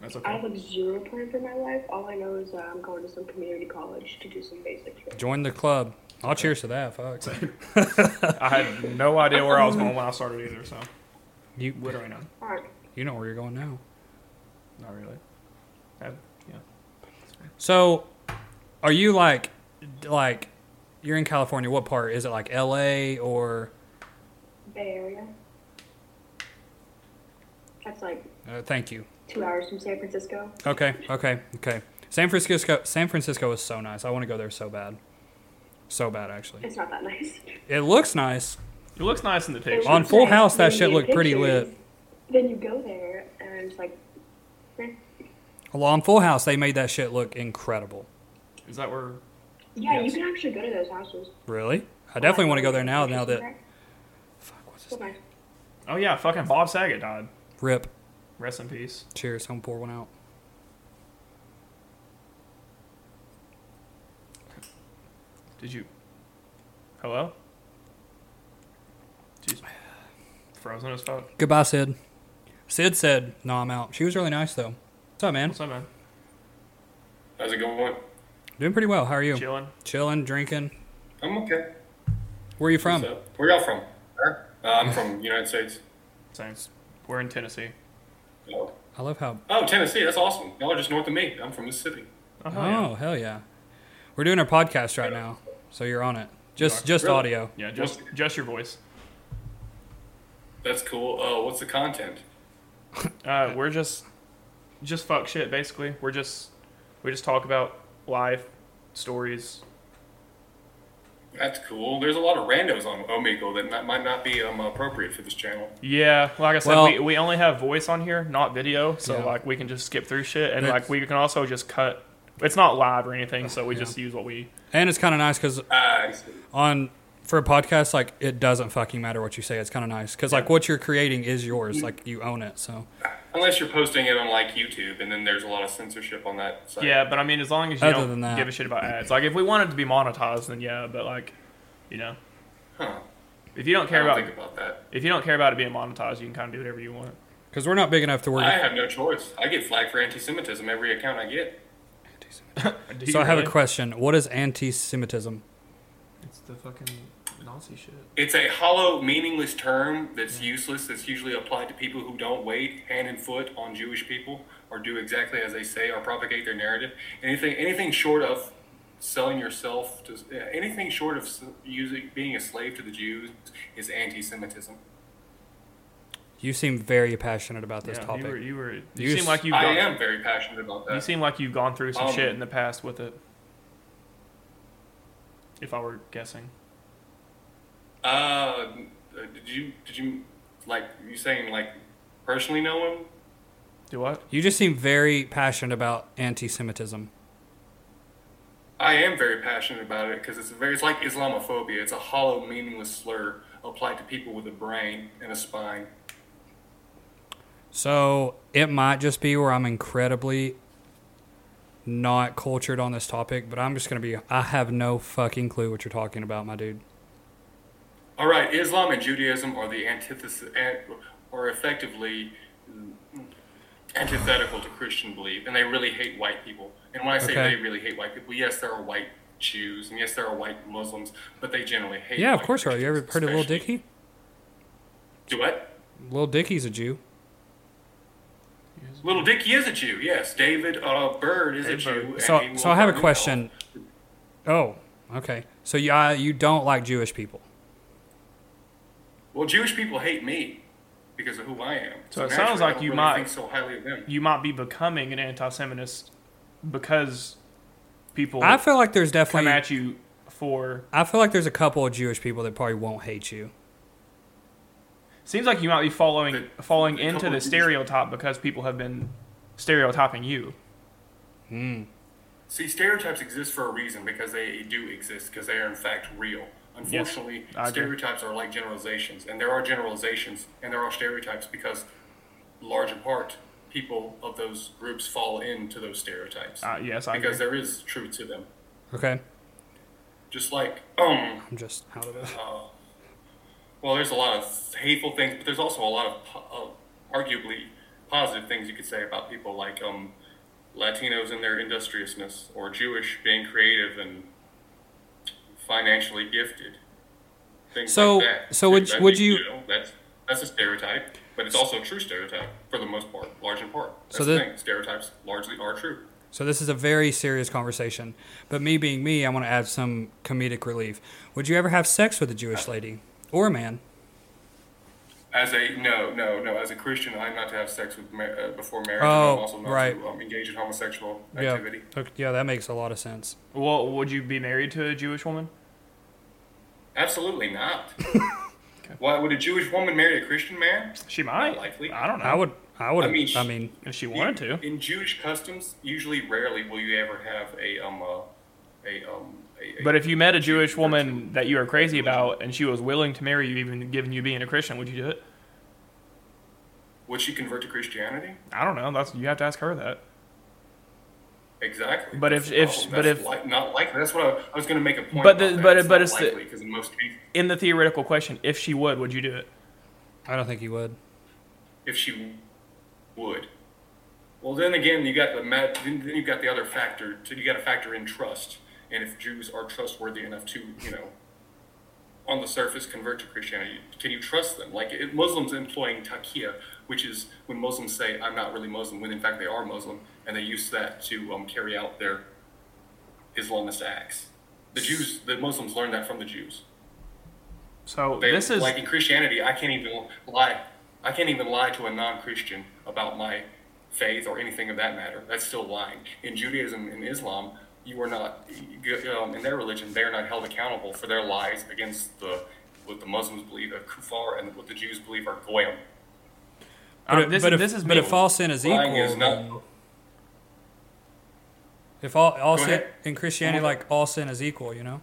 That's
I
okay.
have like zero plan for my life. All I know is that I'm going to some community college to do some basic shit.
Join the club. I'll cheers to that. Fuck.
<laughs> I had no idea where I was going when I started either, so.
You
Literally none.
Alright.
you know where you're going now.
Not really. I- yeah.
So, are you like, like, you're in California? What part is it? Like L.A. or
Bay Area. That's like
uh, thank you.
two hours from San Francisco.
Okay, okay, okay. San Francisco, San Francisco is so nice. I want to go there so bad, so bad actually.
It's not that nice.
It looks nice.
It looks nice in the
It
picture.
On
looks
Full
nice
House, that
when
shit
you get
looked pretty lit.
pictures. Then you go there and it's like, eh.
Well, on Full House, they made that shit look incredible.
Is that where.
yeah,
Yes.
you can actually go to those houses. Oh,
Really, I definitely want to go there now. Now that fuck, what's this?
Okay.
Oh, yeah, fucking Bob Saget died.
Rip.
Rest in peace.
Cheers. Home pour one out.
Did you. Hello? Jeez. Frozen as fuck.
Goodbye, Sid. Sid said, "No, I'm out." She was really nice though. What's up, man?
What's up, man?
How's it going?
Doing pretty well. How are you?
Chilling?
Chilling, drinking.
I'm okay.
Where are you from?
So, where y'all from? Huh? Uh, I'm from United States.
Same. We're in Tennessee.
Oh.
I love how.
oh, Tennessee. That's awesome. Y'all are just north of me. I'm from Mississippi.
Oh,
Oh,
hell yeah.
hell yeah! We're doing our podcast right now, so you're on it. Just
are.
just
Really?
audio.
Yeah, just just your voice.
That's cool. Oh, what's the content?
Uh, we're just just fuck shit basically. We're just we just talk about life, stories.
That's cool. There's a lot of randos on Omegle that not, might not be um, appropriate for this channel.
Yeah, like I said,
Well-
we, we only have voice on here, not video, so
Yeah.
like we can just skip through shit and
That's-
like we can also just cut. It's not live or anything, so we
Yeah.
just use what we.
And it's kind of nice because
Ah, I see.
on for a podcast, like it doesn't fucking matter what you say. It's kind of nice because like what you're creating is yours. Like you own it. So
Unless you're posting it on like YouTube, and then there's a lot of censorship on that site.
Yeah, but I mean, as long as you
Other
don't
than that-
give a shit about ads, like if we wanted to be monetized, then yeah, but like, you know,
Huh.
if you don't
I
care
don't
about
think about that.
if you don't care about it being monetized, you can kind of do whatever you want.
because we're not big enough to
I
worry.
have no choice. I get flagged for anti-Semitism every account I get.
<laughs> Do you
So I have a
really?
question. What is anti-Semitism?
It's the fucking Nazi shit.
It's a hollow, meaningless term that's useless. That's usually applied to people who don't wait hand and foot on Jewish people, or do exactly as they say, or propagate their narrative. Anything, anything short of selling yourself to yeah, anything short of s- using being a slave to the Jews is anti-Semitism.
You seem very passionate about this
Yeah,
topic.
You were, you were, you,
You
seem
s-
like you've
I
gone,
am very passionate about that.
you seem like you've gone through some
Um,
shit in the past with it. If I were guessing,
uh, did you did you like you saying like personally know him?
do what?
You just seem very passionate about anti-Semitism.
I am very passionate about it because it's very it's like Islamophobia. It's a hollow, meaningless slur applied to people with a brain and a spine.
So it might just be where I'm incredibly not cultured on this topic, but I'm just gonna be. I have no fucking clue what you're talking about, my dude.
All right, Islam and Judaism are the antithesis, an- are effectively antithetical to Christian belief, and they really hate white people. And when I say
Okay.
they really hate white people, yes, there are white Jews, and yes, there are white Muslims, but they generally hate.
Yeah, of
white
course. Are you ever
Christians,
heard of Lil
especially-
Dicky?
Do what?
Lil Dicky's a Jew.
Little Dicky is a Jew. Yes, David uh, Bird is a
Hey, Bird.
Jew. and
So,
he
so
will
I have a
burn in
question. Oh, okay. So you uh, you don't like Jewish people?
hell. Well, Jewish people hate me because of who I am.
So it
naturally,
sounds
I
like
don't
you
really
might-
think so highly of them.
You might be becoming an anti-Semitist because people
I feel like there's
come
definitely.
at you for.
I feel like there's a couple of Jewish people that probably won't hate you.
Seems like you might be following
The-
falling
the
into
couple
the
of these-
stereotype because people have been stereotyping you.
See, stereotypes exist for a reason because they do exist because they are in fact real. Unfortunately,
I agree.
stereotypes are like generalizations, and there are generalizations and there are stereotypes because, large in part, people of those groups fall into those stereotypes
Uh, yes, I
because
agree.
there is truth to them.
Okay,
Just like, um,
I'm just out of it.
well, there's a lot of hateful things, but there's also a lot of po- uh, arguably positive things you could say about people like um, Latinos and their industriousness, or Jewish being creative and financially gifted. Things
So-
like that.
so would-
I
would
think,
you-
know, that's that's a stereotype, but it's also a true stereotype for the most part, large in part. That's
So
the
the-
thing. Stereotypes largely are true.
So this is a very serious conversation. But me being me, I want to add some comedic relief. Would you ever have sex with a Jewish lady or a man?
As a no, no, no. As a Christian, I'm not to have sex with ma- uh, before marriage.
Oh,
and I'm also not
right.
to um, engage in homosexual
Yeah,
activity.
ok- yeah, that makes a lot of sense. <laughs>
Well, would you be married to a Jewish woman?
Absolutely not. Why would a Jewish woman marry a Christian man?
She might.
Likely.
I don't know.
I would, I would,
I mean, sh-
I mean,
if she wanted to.
In Jewish customs, usually rarely will you ever have a um uh, a um a, a
But if you met a Jewish woman that you were crazy about and she was willing to marry you, even given you being a Christian, would you do it?
would she convert to Christianity?
I don't know. That's you have to ask her that.
Exactly.
But
That's
if-
the
if-
problem.
but
That's
if-
like, not likely. That's what I, I was going to make a point.
But
about
the-
that.
but-
it's
but
not
it's the-
likely because in most cases,
In the theoretical question, if she would, would you do it?
I don't think you would.
if she would. Well, then again, you got the ma- then then you got the other factor. To, you got to factor in trust, and if Jews are trustworthy enough to, you know, on the surface convert to Christianity, can you trust them? Like it, Muslims employing takia, which is when Muslims say, "I'm not really Muslim," when in fact they are Muslim, and they use that to um, carry out their Islamist acts. The Jews, the Muslims learned that from the Jews.
So
They-
this is
like in Christianity. I can't even lie. I can't even lie to a non-Christian about my faith or anything of that matter. That's still lying. In Judaism and Islam, you are not you- um, in their religion. They are not held accountable for their lies against the what the Muslims believe are kufar and what the Jews believe are goyim.
uh,
But,
this,
if,
this is
but
me.
if all sin is equal,
Lying is
then-
not.
if all, all
Go
sin
ahead.
in Christianity,
Go ahead.
like all sin is equal, you know,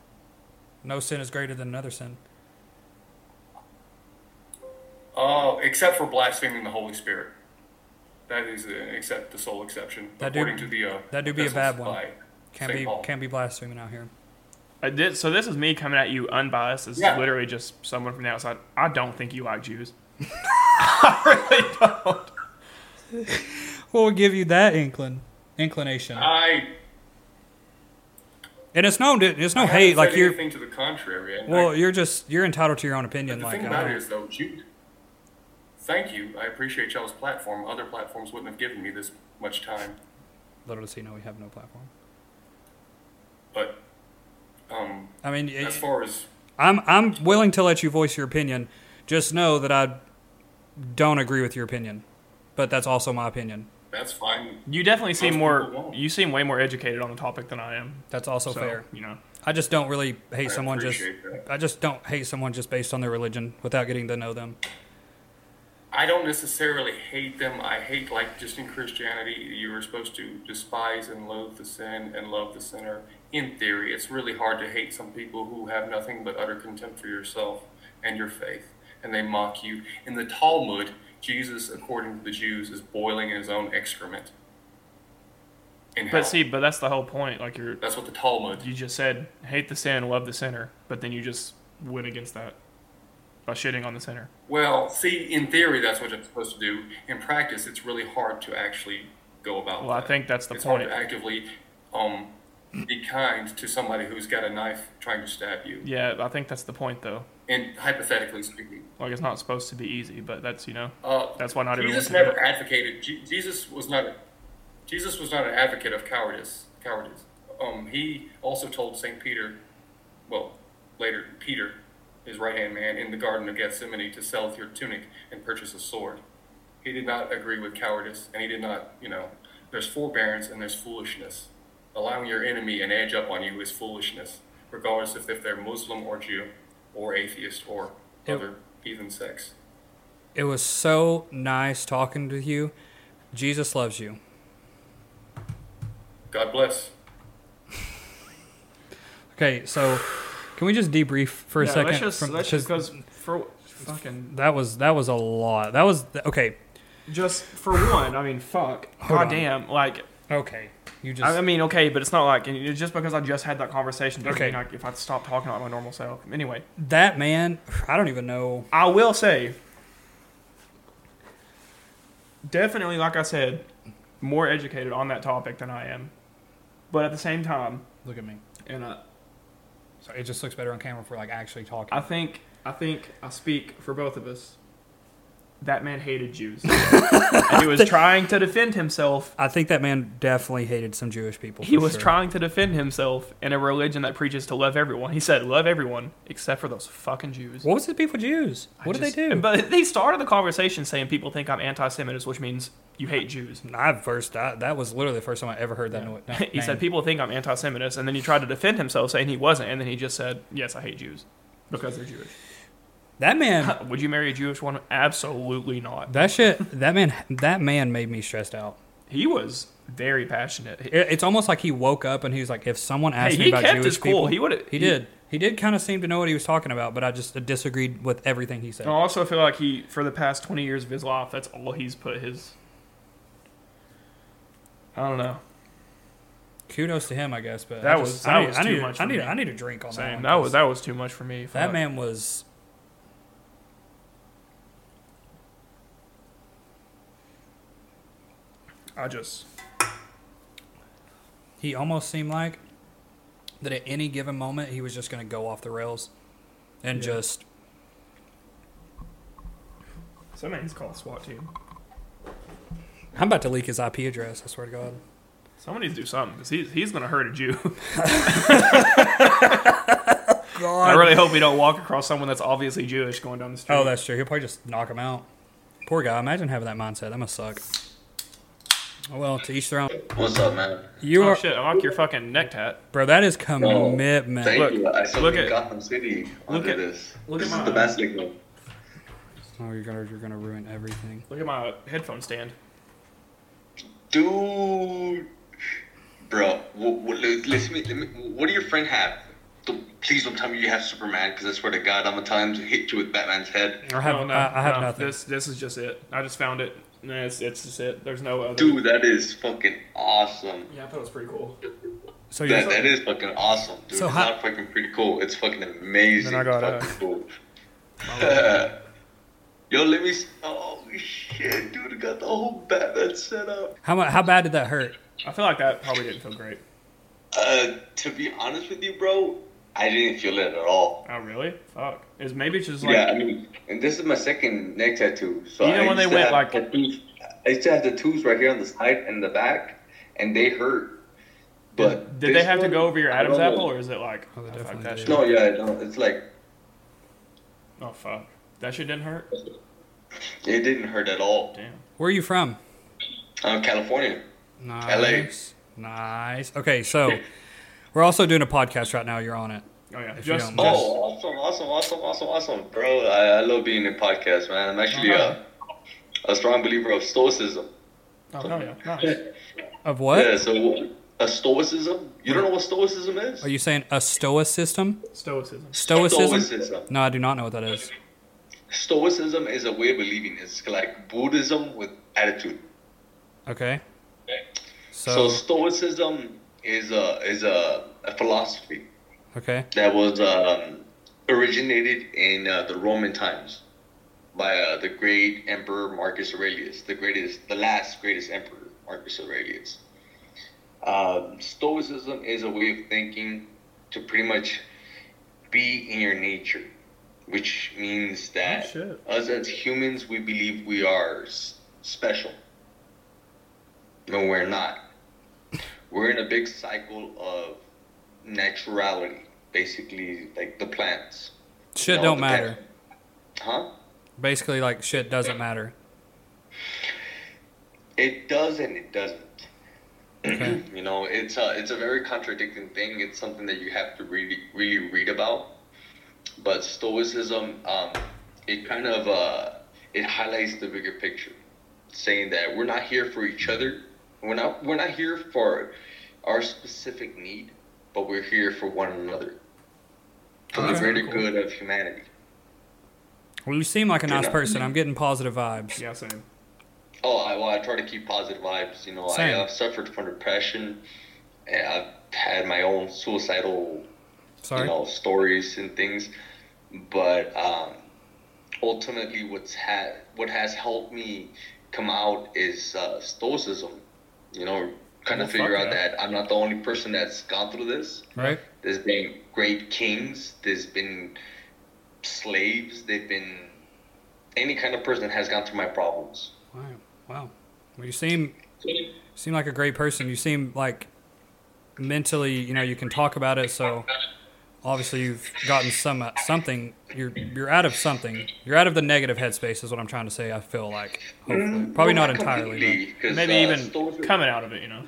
no sin is greater than another sin.
Oh, except for blaspheming the Holy Spirit. That is uh, except the sole exception
That do-
according to the uh,
that do be a
epistles
bad one.
by
Can't
Saint
be,
Paul.
can't be blaspheming out here.
Uh, thi- so this is me coming at you unbiased. This
Yeah.
is literally just someone from the outside. I don't think you like Jews. <laughs> I really don't.
What would give you that inclin, inclination?
I
and it's no, it's no
I haven't
hate. Like
said
you're,
anything to the contrary. and
well,
I-
you're just you're entitled to your own
But
opinion.
the
Like, uh,
thing
I
about
don't-
it is, though, Jude, thank you. I appreciate y'all's platform. Other platforms wouldn't have given me this much time,
little does he know we have no platform.
but um,
I mean,
as
it,
far as
I'm I'm willing to let you voice your opinion. Just know that I don't agree with your opinion, but that's also my opinion.
that's fine.
You definitely seem
Most
more.
people won't.
You seem way more educated on the topic than I am.
That's also
so,
Oh, fair.
You know.
I just don't really hate
I
someone just.
appreciate that.
I just don't hate someone just based on their religion without getting to know them.
I don't necessarily hate them. I hate, like, just in Christianity, you were supposed to despise and loathe the sin and love the sinner. In theory, it's really hard to hate some people who have nothing but utter contempt for yourself and your faith, and they mock you. In the Talmud, Jesus, according to the Jews, is boiling in his own excrement. In hell.
But see, but that's the whole point. Like you're,
that's what the Talmud.
you just said, hate the sin, love the sinner, but then you just went against that by shitting on the sinner.
Well, see, in theory, that's what you're supposed to do. In practice, it's really hard to actually go about.
Well, I
that.
think that's the
it's
point.
Hard to actively um, be kind to somebody who's got a knife trying to stab you.
Yeah, I think that's the point though.
And hypothetically speaking,
Like it's not supposed to be easy, but that's you know,
uh,
that's why not everyone.
Jesus
can do it.
never advocated. Je- Jesus was not. Jesus was not an advocate of cowardice. Cowardice. Um, he also told Saint Peter, well, later Peter, his right hand man in the Garden of Gethsemane, to sell your tunic and purchase a sword. He did not agree with cowardice, and he did not. You know, there's forbearance and there's foolishness. Allowing your enemy an edge up on you is foolishness, regardless if, if they're Muslim or Jew, or atheist or
Yep.
other heathen sects.
It was so nice talking to you. Jesus loves you.
God bless.
Okay, so can we just debrief for a
yeah,
2nd
Let's just, let's just,
because
cause for fucking
that was that was a lot. That was okay.
just for one. I mean, fuck,
Hold on.
goddamn. Like
Okay, you just
I I mean, okay, but it's not like and it's just because I just had that conversation. Doesn't
Okay.
mean like if I stop talking about my normal self. Anyway,
that man. I don't even know.
I will say, definitely, like I said, more educated on that topic than I am. But at the same time,
Look at me.
and I,
Sorry, it just looks better on camera for like actually talking.
I think I think I speak for both of us. That man hated
<laughs>
Jews. and he was trying to defend himself.
I think that man definitely hated some Jewish people.
He
for
was
sure.
trying to defend himself in a religion that preaches to love everyone. He said, "Love everyone except for those fucking Jews."
What was his beef with Jews? What
I
did
just-
they do?
But they started the conversation saying people think I'm anti-Semitic, which means you hate Jews. <laughs>
I first I, that was literally the first time I ever heard that. No, no,
he said
name.
people think I'm anti-Semitic, and then he tried to defend himself saying he wasn't, and then he just said, "Yes, I hate Jews because they're Jewish."
that man.
Would you marry a Jewish woman? Absolutely not.
That shit. That man. That man made me stressed out.
He was very passionate. He-
It, it's almost like he woke up and he was like, if someone asked
Hey,
me
he
about
kept
Jewish
his cool.
people,
He would've- he-
He did. He did kind of seem to know what he was talking about, but I just disagreed with everything he said.
I also feel like he, for the past twenty years of his life, that's all he's put his. I don't know.
Kudos to him, I guess. But
That
I
was-
just-
that
I need,
was
I
too
need,
much
I
for
need,
me.
I need a drink on
Same.
that.
That
one,
was
'cause
that was too much for me.
that
Fuck.
man was.
I just.
He almost seemed like that at any given moment he was just going to go off the rails, and just
Somebody's called SWAT team.
I'm about to leak his IP address. I swear to God.
Somebody's do something because he's he's gonna hurt a Jew. <laughs>
God. <laughs>
I really hope we don't walk across someone that's obviously Jewish going down the street.
Oh, that's true. He'll probably just knock him out. Poor guy. Imagine having that mindset. That must suck. Oh, well, to each their own.
What's up, man?
You
oh
are,
shit! I like your fucking neck tat.
bro. That is
Oh,
commitment.
Thank
Look,
you. I still
look
look
at-
Gotham City
look
under
at-
this.
look
this
at
is
my-
the best signal.
Oh, you're gonna you're gonna ruin everything.
Look at my headphone stand.
Dude, bro, w- w- listen to me, let me. What do your friend have? Don't- Please don't tell me you have Superman, because I swear to God, I'm gonna tell him to hit you with Batman's head.
I have
no, no,
I, I have
no.
nothing.
This this is just it. I just found it. No, it's it's just it. There's no other.
Dude, that is fucking awesome.
Yeah, I thought it was pretty cool.
so you're,
That, that is fucking awesome, dude.
So
it's
how-
not fucking pretty cool. It's fucking amazing.
Then I got, uh,
fucking cool. <laughs> Yo, let me. s- Oh shit, dude! I got the whole Batman set up.
how mu- how bad did that hurt?
I feel like that probably didn't feel great.
Uh, to be honest with you, bro, I didn't feel it at all.
Oh really? Fuck. Is maybe it's just like
yeah, I mean, and this is my second neck tattoo. So
Even
I
when they
used to
went,
have
like-
tattoos- I used to have tattoos right here on the side and the back, and they hurt. But
Did they
this
have to
one,
go over your
I don't
Adam's
know.
apple, or is it like oh, fuck that shit?
No, yeah, no. It's like
Oh fuck, that shit didn't hurt.
it didn't hurt at all.
Damn.
Where are you from?
Uh, California.
Nice. Nice. Okay, so we're also doing a podcast right now. You're on it.
Oh yeah.
If you
Just,
don't mind.
just
Oh, awesome, awesome, awesome, awesome, awesome, bro! I, I love being in podcasts, man. I'm actually
Uh-huh.
uh, a strong believer of stoicism.
oh hell yeah, nice.
Of what?
Yeah, so a stoicism. You don't know what stoicism is?
Are you saying a stoicism?
Stoicism.
Stoicism?
Stoicism.
No, I do not know what that is.
Stoicism is a way of believing. It's like Buddhism with attitude.
Okay.
So,
So,
Stoicism is a is a, a philosophy
okay.
that was um, originated in uh, the Roman times by uh, the great emperor Marcus Aurelius, the greatest, the last greatest emperor Marcus Aurelius. Um, Stoicism is a way of thinking to pretty much be in your nature, which means that
shit.
us as humans, we believe we are s- special. No, we're not. We're in a big cycle of naturality, basically, like the plants.
Shit
No,
don't
the
matter.
plant- Huh?
Basically, like, shit doesn't matter.
It does and it doesn't.
Okay.
<clears throat> You know, it's a it's a very contradicting thing. It's something that you have to really really read about. But Stoicism, um, it kind of uh, it highlights the bigger picture, saying that we're not here for each other. We're not we're not here for our specific need, but we're here for one another, for the
Okay.
greater good of humanity.
Well, you seem like a nice
Yeah.
person. I'm getting positive vibes.
Yeah, same.
Oh, I, well, I try to keep positive vibes. You know,
Same.
I, I've suffered from depression, and I've had my own suicidal,
Sorry.
you know, stories and things. But um, ultimately, what's ha- what has helped me come out is uh, stoicism. You know, kind
Well,
of figure
Oh, fuck
out
yeah.
that I'm not the only person that's gone through this.
Right?
There's been great kings. There's been slaves. They've been any kind of person that has gone through my problems.
Wow. Wow. Well, you seem seem like a great person. You seem like mentally, you know, you can talk about it. So obviously, you've gotten some something. You're you're out of something. You're out of the negative headspace. Is what I'm trying to say. I feel like hopefully, Mm-hmm. probably Mm, not entirely.
Maybe
uh,
even coming out of it, you know.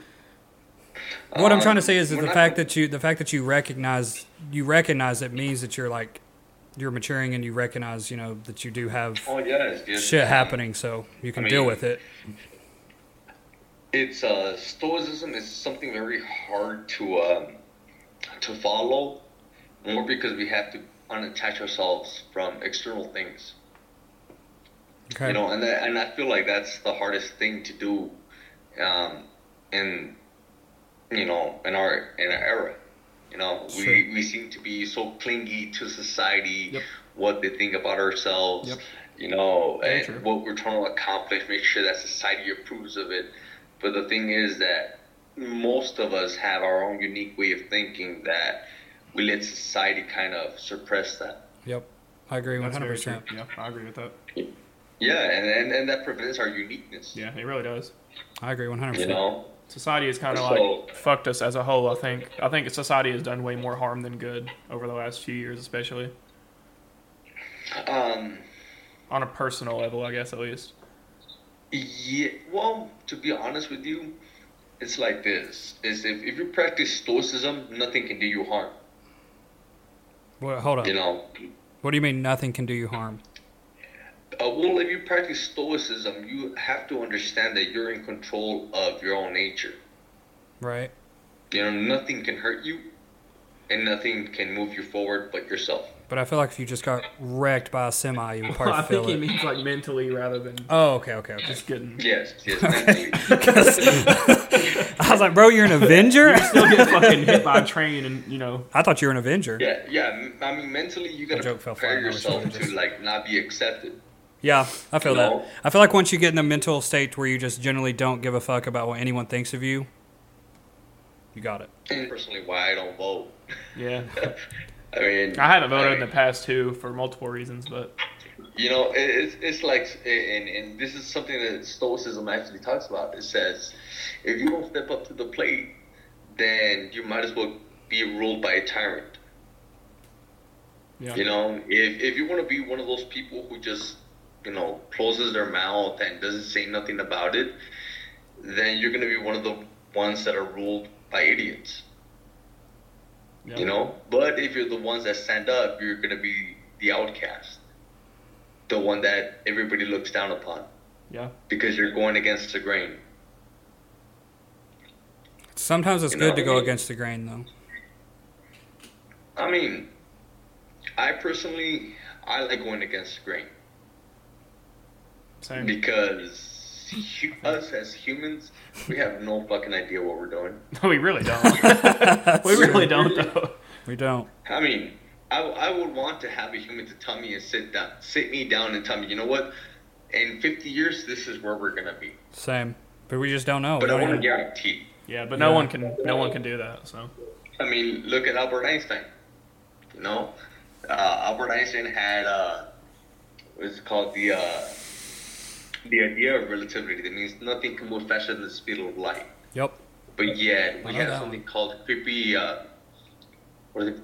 But what I'm trying to say is that the fact that you the fact that you recognize you recognize it means that you're like you're maturing and you recognize you know that you do have
Oh yes, yes.
shit happening, so you can
I
deal
mean-
with it.
It's uh, stoicism is something very hard to um, to follow, more because we have to unattach ourselves from external things.
Okay.
You know, and that, and I feel like that's the hardest thing to do, um, in you know, in our in our era. You know, we,
Sure.
we seem to be so clingy to society,
Yep.
what they think about ourselves,
Yep.
you know,
Very
and
true.
what we're trying to accomplish, make sure that society approves of it. But the thing is that most of us have our own unique way of thinking that we let society kind of suppress that.
Yep. I agree
That's
100%.
very true. Yeah, I agree with that.
Yeah, and, and, and that prevents our uniqueness.
Yeah, it really does.
I agree 100%.
You know?
Society has kind of
So-
like fucked us as a whole. I think. I think society has done way more harm than good over the last few years, especially
Um,
on a personal level, I guess at least.
Yeah, well, to be honest with you, it's like this: is if, if you practice stoicism, nothing can do you harm.
Well, hold on.
You know,
What do you mean nothing can do you harm?
uh, well, if you practice stoicism, you have to understand that you're in control of your own nature.
Right?
You know, nothing can hurt you, and nothing can move you forward but yourself.
But I feel like if you just got wrecked by a semi,
<laughs>
you would probably
I
feel
think he
it.
means like mentally rather than
Oh, okay, okay, okay. <laughs>
just
<laughs>
getting
Yes, yes, mentally.
I was like, bro,
<laughs>
you're an Avenger?
still get fucking hit by a train and you know.
I thought you were an Avenger. Yeah.
yeah, yeah. m- I mean, mentally, you gotta
joke fell
prepare
flat, I was
yourself
trying to
to
just-
like not be accepted.
I feel
No.
that. I feel like once you get in a mental state where you just generally don't give a fuck about what anyone thinks of you, you got it.
And personally, why I don't vote.
Yeah,
I mean,
I haven't voted
I
in the past too for multiple reasons, but
You know, it- it's, it's like, and, and this is something that Stoicism actually talks about. It says, if you don't step up to the plate, then you might as well be ruled by a tyrant.
Yeah.
You know, if, if you want to be one of those people who just, you know, closes their mouth and doesn't say nothing about it, then you're going to be one of the ones that are ruled by idiots. You know? But if you're the ones that stand up, you're going to be the outcast, the one that everybody looks down upon
Yeah.
because you're going against the grain.
Sometimes it's
You
good
know,
to
I
go
mean-
against the grain, though.
I mean, I personally, I like going against the grain.
Same.
Because hu- us as humans, we have no fucking idea what we're doing.
No, <laughs> we really
<laughs>
don't. we really don't, though.
We don't.
I mean, I, I would want to have a human to tell me and sit down, sit me down and tell me, you know what? In 50 years, this is where we're gonna be.
Same. But we just don't know.
but
We
I
don't
want to
even-
guarantee.
Yeah, but no
Yeah.
one can. No one can do that. So.
I mean, look at Albert Einstein. You know, uh, Albert Einstein had uh, what's it called the uh, the idea of relativity. That means nothing can move faster than the speed of light.
Yep.
But yet
I
we
know
have
that
something called creepy, uh, what is it?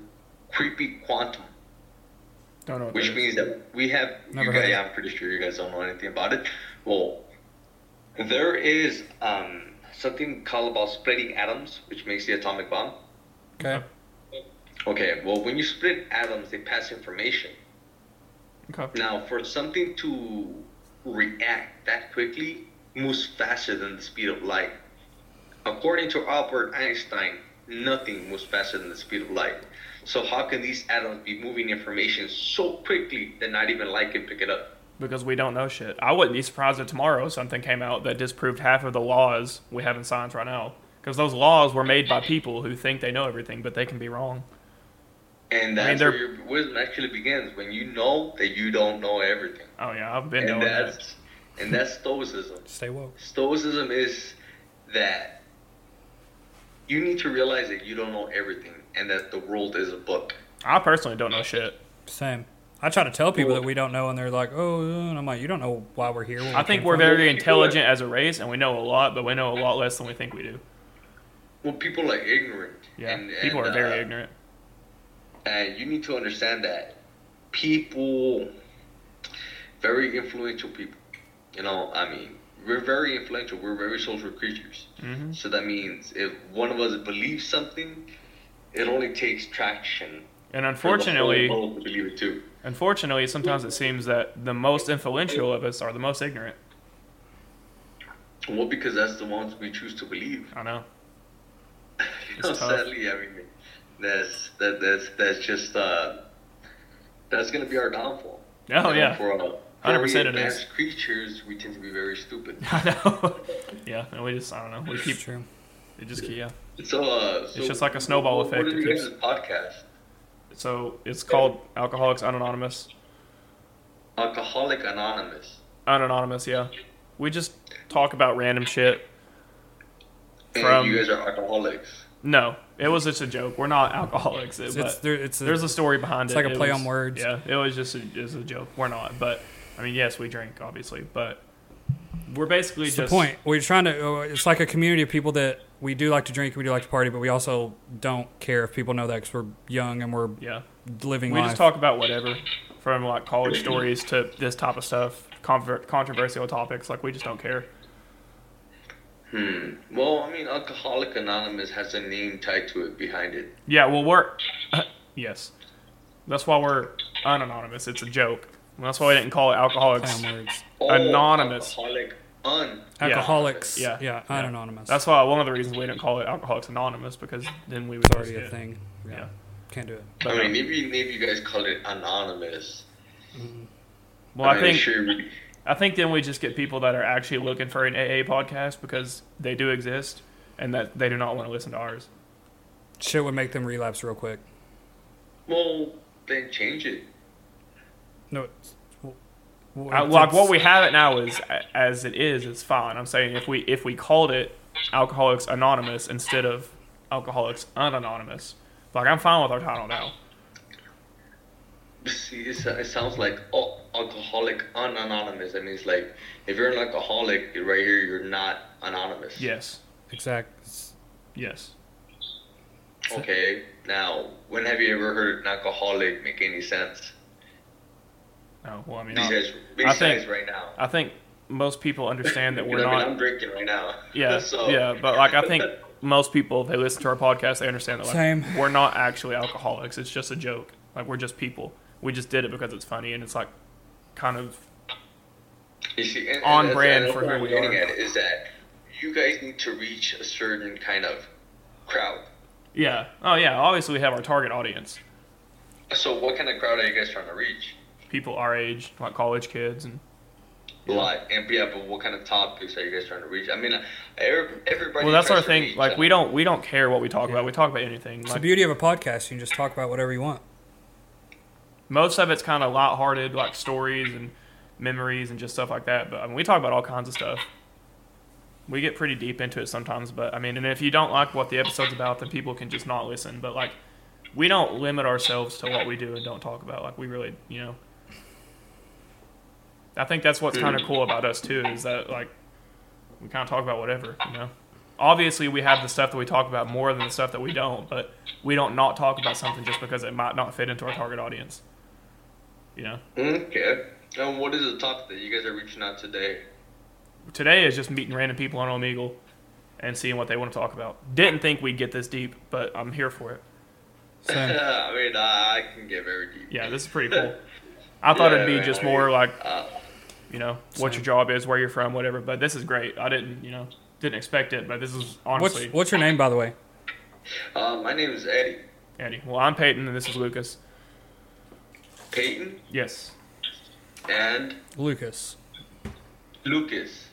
Creepy quantum,
Don't know. What
which
that is.
means that we have.
Never
You
heard
guys,
of
I'm pretty sure you guys don't know anything about it. Well, there is um, something called about splitting atoms, which makes the atomic bomb.
Okay.
Okay, well, when you split atoms, they pass information.
Okay.
Now, for something to react that quickly moves faster than the speed of light. According to Albert Einstein, nothing moves faster than the speed of light. So, how can these atoms be moving information so quickly that not even light can pick it up?
Because we don't know shit. I wouldn't be surprised if tomorrow something came out that disproved half of the laws we have in science right now. Because those laws were made by people who think they know everything, but they can be wrong.
And
I mean,
that's
they're-
where your wisdom actually begins when you know that you don't know everything.
Oh yeah, I've been
And
knowing that.
that's, and that's stoicism.
Stay woke.
Stoicism is that you need to realize that you don't know everything and that the world is a book.
I personally don't know shit.
Same. I try to tell people that we don't know, and they're like, "Oh," and I'm like, "You don't know why we're here." where we
I think
came
we're
from."
very intelligent as a race, and we know a lot, but we know a lot less than we think we do.
Well, people are ignorant.
Yeah,
and,
people
and,
are very
uh,
ignorant.
And you need to understand that people, very influential people, you know, I mean, we're very influential. We're very social creatures.
hmm
So that means if one of us believes something, it only takes traction.
And
for the whole
unfortunately,
world to believe it too.
unfortunately, sometimes it seems that the most influential of us are the most ignorant.
Well, because that's the ones we choose to believe. <laughs>
I know.
You know,
It's tough.
sadly, I mean, that's that, that's that's just uh, that's gonna be our downfall.
Oh
You know,
yeah,
for uh, for
100%
we
it is.
advanced creatures, we tend to be very stupid.
I know. yeah, and we just I don't know. We
It's
keep
true.
it just keep yeah.
So, uh, so
just like a snowball
what-
effect,
What
it
is your
keeps-
guys' podcast?
So it's called Alcoholics Anonymous.
Alcoholic Anonymous.
Anonymous, yeah. We just talk about random shit.
And
From-
you guys are alcoholics.
No, it was just a joke. We're not alcoholics. It,
It's,
but
it's, there, it's a,
there's a story behind
it's
it.
like a
It
play
was-
on words.
Yeah, it was just a, it was a joke. We're not, but I mean, yes, we drink obviously, but we're basically
it's the
just
point. We're trying to. uh, It's like a community of people that we do like to drink, we do like to party, but we also don't care if people know that because we're young and we're
Yeah,
living
we
life.
just talk about whatever, from like college stories to this type of stuff, conver- controversial topics. Like we just don't care.
Hmm. Well, I mean, Alcoholic Anonymous has a name tied to it behind it.
Yeah, well, we're <clears throat> yes, that's why we're unanonymous. It's a joke. That's why we didn't call it
play
alcoholics.
on words.
Oh,
Anonymous.
Alcoholic Un.
Alcoholics.
<laughs> Yeah.
Yeah. Yeah.
Yeah.
Anonymous.
That's why one of the reasons we didn't call it Alcoholics Anonymous because then we would
It's already
just
a
get-
thing. Yeah.
Yeah.
Can't do it.
But,
I
um,
mean, maybe maybe you guys call it anonymous.
well, <laughs> I
mean,
think
sure, we-
I think then we just get people that are actually looking for an AA podcast because they do exist and that they do not want to listen to ours.
Shit would make them relapse real quick.
well, then change it. <laughs>
No. it's- well, well,
I, Uh, like what we have it now is a- as it is, it's fine. I'm saying if we if we called it Alcoholics Anonymous instead of Alcoholics Unanonymous, like I'm fine with our title now.
See, it's, it sounds like oh, alcoholic un anonymous. That means like if you're an alcoholic, you're right here, you're not anonymous.
Yes,
exact.
yes.
Okay, now when have you ever heard an alcoholic make any sense?
No, well, I mean,
Besides-
I
besides
think
right now.
I think most people understand that
You
we're
know, I mean, I'm
not.
drinking right now. <laughs>
Yeah,
so,
yeah, but like I think most people, if they listen to our podcast, they understand that like
Same.
we're not actually alcoholics. It's just a joke. Like we're just people. We just did it because it's funny and it's like kind of
You see, and,
on
and that's-
brand
and that's
for
what
who
I'm
we
getting
are.
At, is that you guys need to reach a certain kind of crowd.
yeah. Oh yeah, obviously we have our target audience,
So what kind of crowd are you guys trying to reach?
people our age, like college kids and
Like, and yeah, but what kind of topics are you guys trying to reach? I mean, uh, every- everybody.
Well, that's our
tries to
thing.
reach uh,
Like we don't we don't care what we talk about. We talk about anything.
It's the
Like
beauty of a podcast. You can just talk about whatever you want.
most of it's kind of lighthearted, like stories and memories and just stuff like that. But I mean, we talk about all kinds of stuff. We get pretty deep into it sometimes. But I mean, and if you don't like what the episode's about, then people can just not listen. But like, we don't limit ourselves to what we do and don't talk about. Like we really, you know. I think that's what's kind of cool about us too is that like we kind of talk about whatever, you know. Obviously, we have the stuff that we talk about more than the stuff that we don't, but we don't not talk about something just because it might not fit into our target audience. You know,
Okay. And what is the topic that you guys are reaching out today?
today is just meeting random people on Omegle and seeing what they want to talk about. Didn't think we'd get this deep, but I'm here for it.
<laughs>
<laughs>
I mean, I I can get very deep.
Yeah, this is pretty cool.
<laughs>
I thought it'd
Yeah,
be just
I-
more like,
uh,
you know, what your job is, where you're from, whatever. But this is great. I didn't, you know, didn't expect it, but this is honestly
What's what's your name, by the way?
Uh, my name is Eddie
Eddie. Well, I'm Peyton, and this is Lucas.
Peyton <laughs>
Yes.
and
Lucas.
Lucas.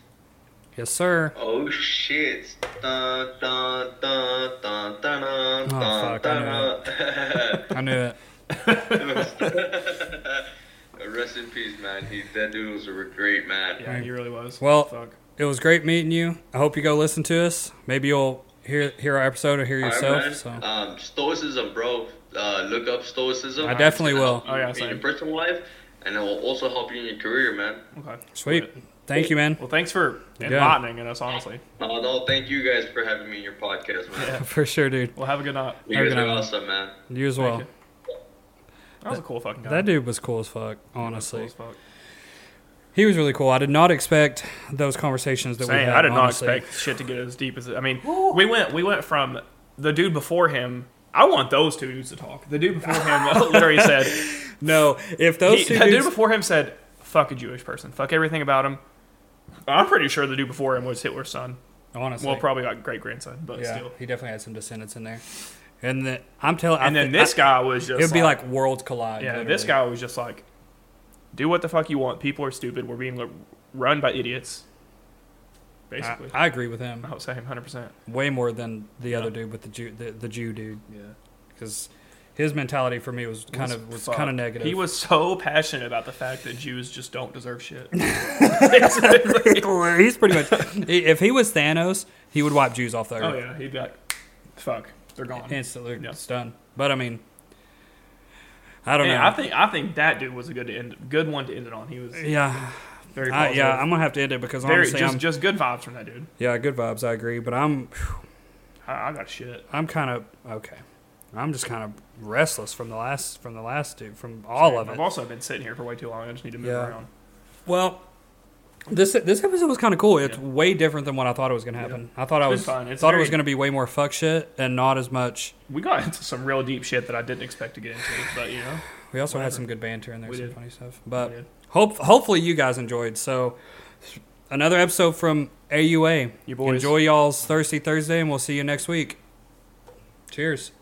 Yes, sir.
Oh shit! Dun, dun, dun, dun, dun, dun,
Oh,
dun,
fuck, I know
dun.
I knew it.
<laughs> Rest in peace, man. He, that dude was a great man.
Yeah, he really was.
Well,
Fuck.
it was great meeting you. I hope you go listen to us. Maybe you'll hear hear our episode or hear
All right,
yourself.
man.
so
Um, stoicism, bro. Uh, look up stoicism.
I definitely will.
Oh, yeah,
in your
same.
personal life, and it will also help you in your career, man.
Okay.
sweet. Thank you, man.
Well, thanks for
Yeah.
enlightening us, honestly.
No, Oh, no, thank you guys for having me in your podcast,
<laughs>
man.
For sure, dude.
Well, have a good night.
You
Have a
guys
good
are
night, man.
awesome, man.
You as well.
you. That was a cool fucking guy.
That dude was cool as fuck.
Cool
Honestly,
as fuck.
he was really cool. I did not expect those conversations that we
Same.
had.
I did not
honestly.
expect shit to get as deep as it. I mean, we went we went from the dude before him. I want those two dudes to talk. The dude before him <laughs> literally said,
No, if those
he,
two
the dude
dudes-
before him said, "Fuck a Jewish person. Fuck everything about him." I'm pretty sure the dude before him was Hitler's son.
honestly,
Well, probably like great grandson, but
yeah,
still.
he definitely had some descendants in there. And then I'm telling,
And then this guy was just
it would be like worlds collide.
Yeah,
literally.
this guy was just like, do what the fuck you want. People are stupid. We're being l- run by idiots.
I,
Basically.
I agree with him
oh, same, 100%.
way more than the other dude with the Jew, the, the Jew dude,
Yeah.
because his mentality for me was kind of was kind of negative. <laughs>
He was so passionate about the fact that Jews just don't deserve
<laughs>
shit. Basically.
he's pretty much if he was Thanos, he would wipe Jews off the
Oh,
earth
yeah. He'd be like, fuck, they're gone.
instantly.
Yeah.
It's done. But I mean, I don't
And
know.
I think I think that dude was a good end, good one to end it on. He was
yeah,
very
I,
positive.
yeah, I'm gonna have to end it because
very
honestly,
just
I'm
just good vibes from that dude.
yeah, good vibes. I agree, but I'm
I, I got shit.
I'm kind of okay. I'm just kind of restless from the last from the last dude from all of
I've
it.
also been sitting here for way too long. I just need to move
Yeah.
around.
Well, this this episode was kind of cool. It's way different than what I thought it was going to happen. I thought I
been
was
fun. It's
thought it
very-
was going to be way more fuck shit and not as much.
We got into some real deep shit that I didn't expect to get into, but you know.
We also had
Whatever.
some good banter in there,
We
some
did.
funny stuff. But
We did.
hope hopefully you guys enjoyed. So another episode from AUA.
You boys.
Enjoy y'all's Thirsty Thursday, and we'll see you next week. Cheers.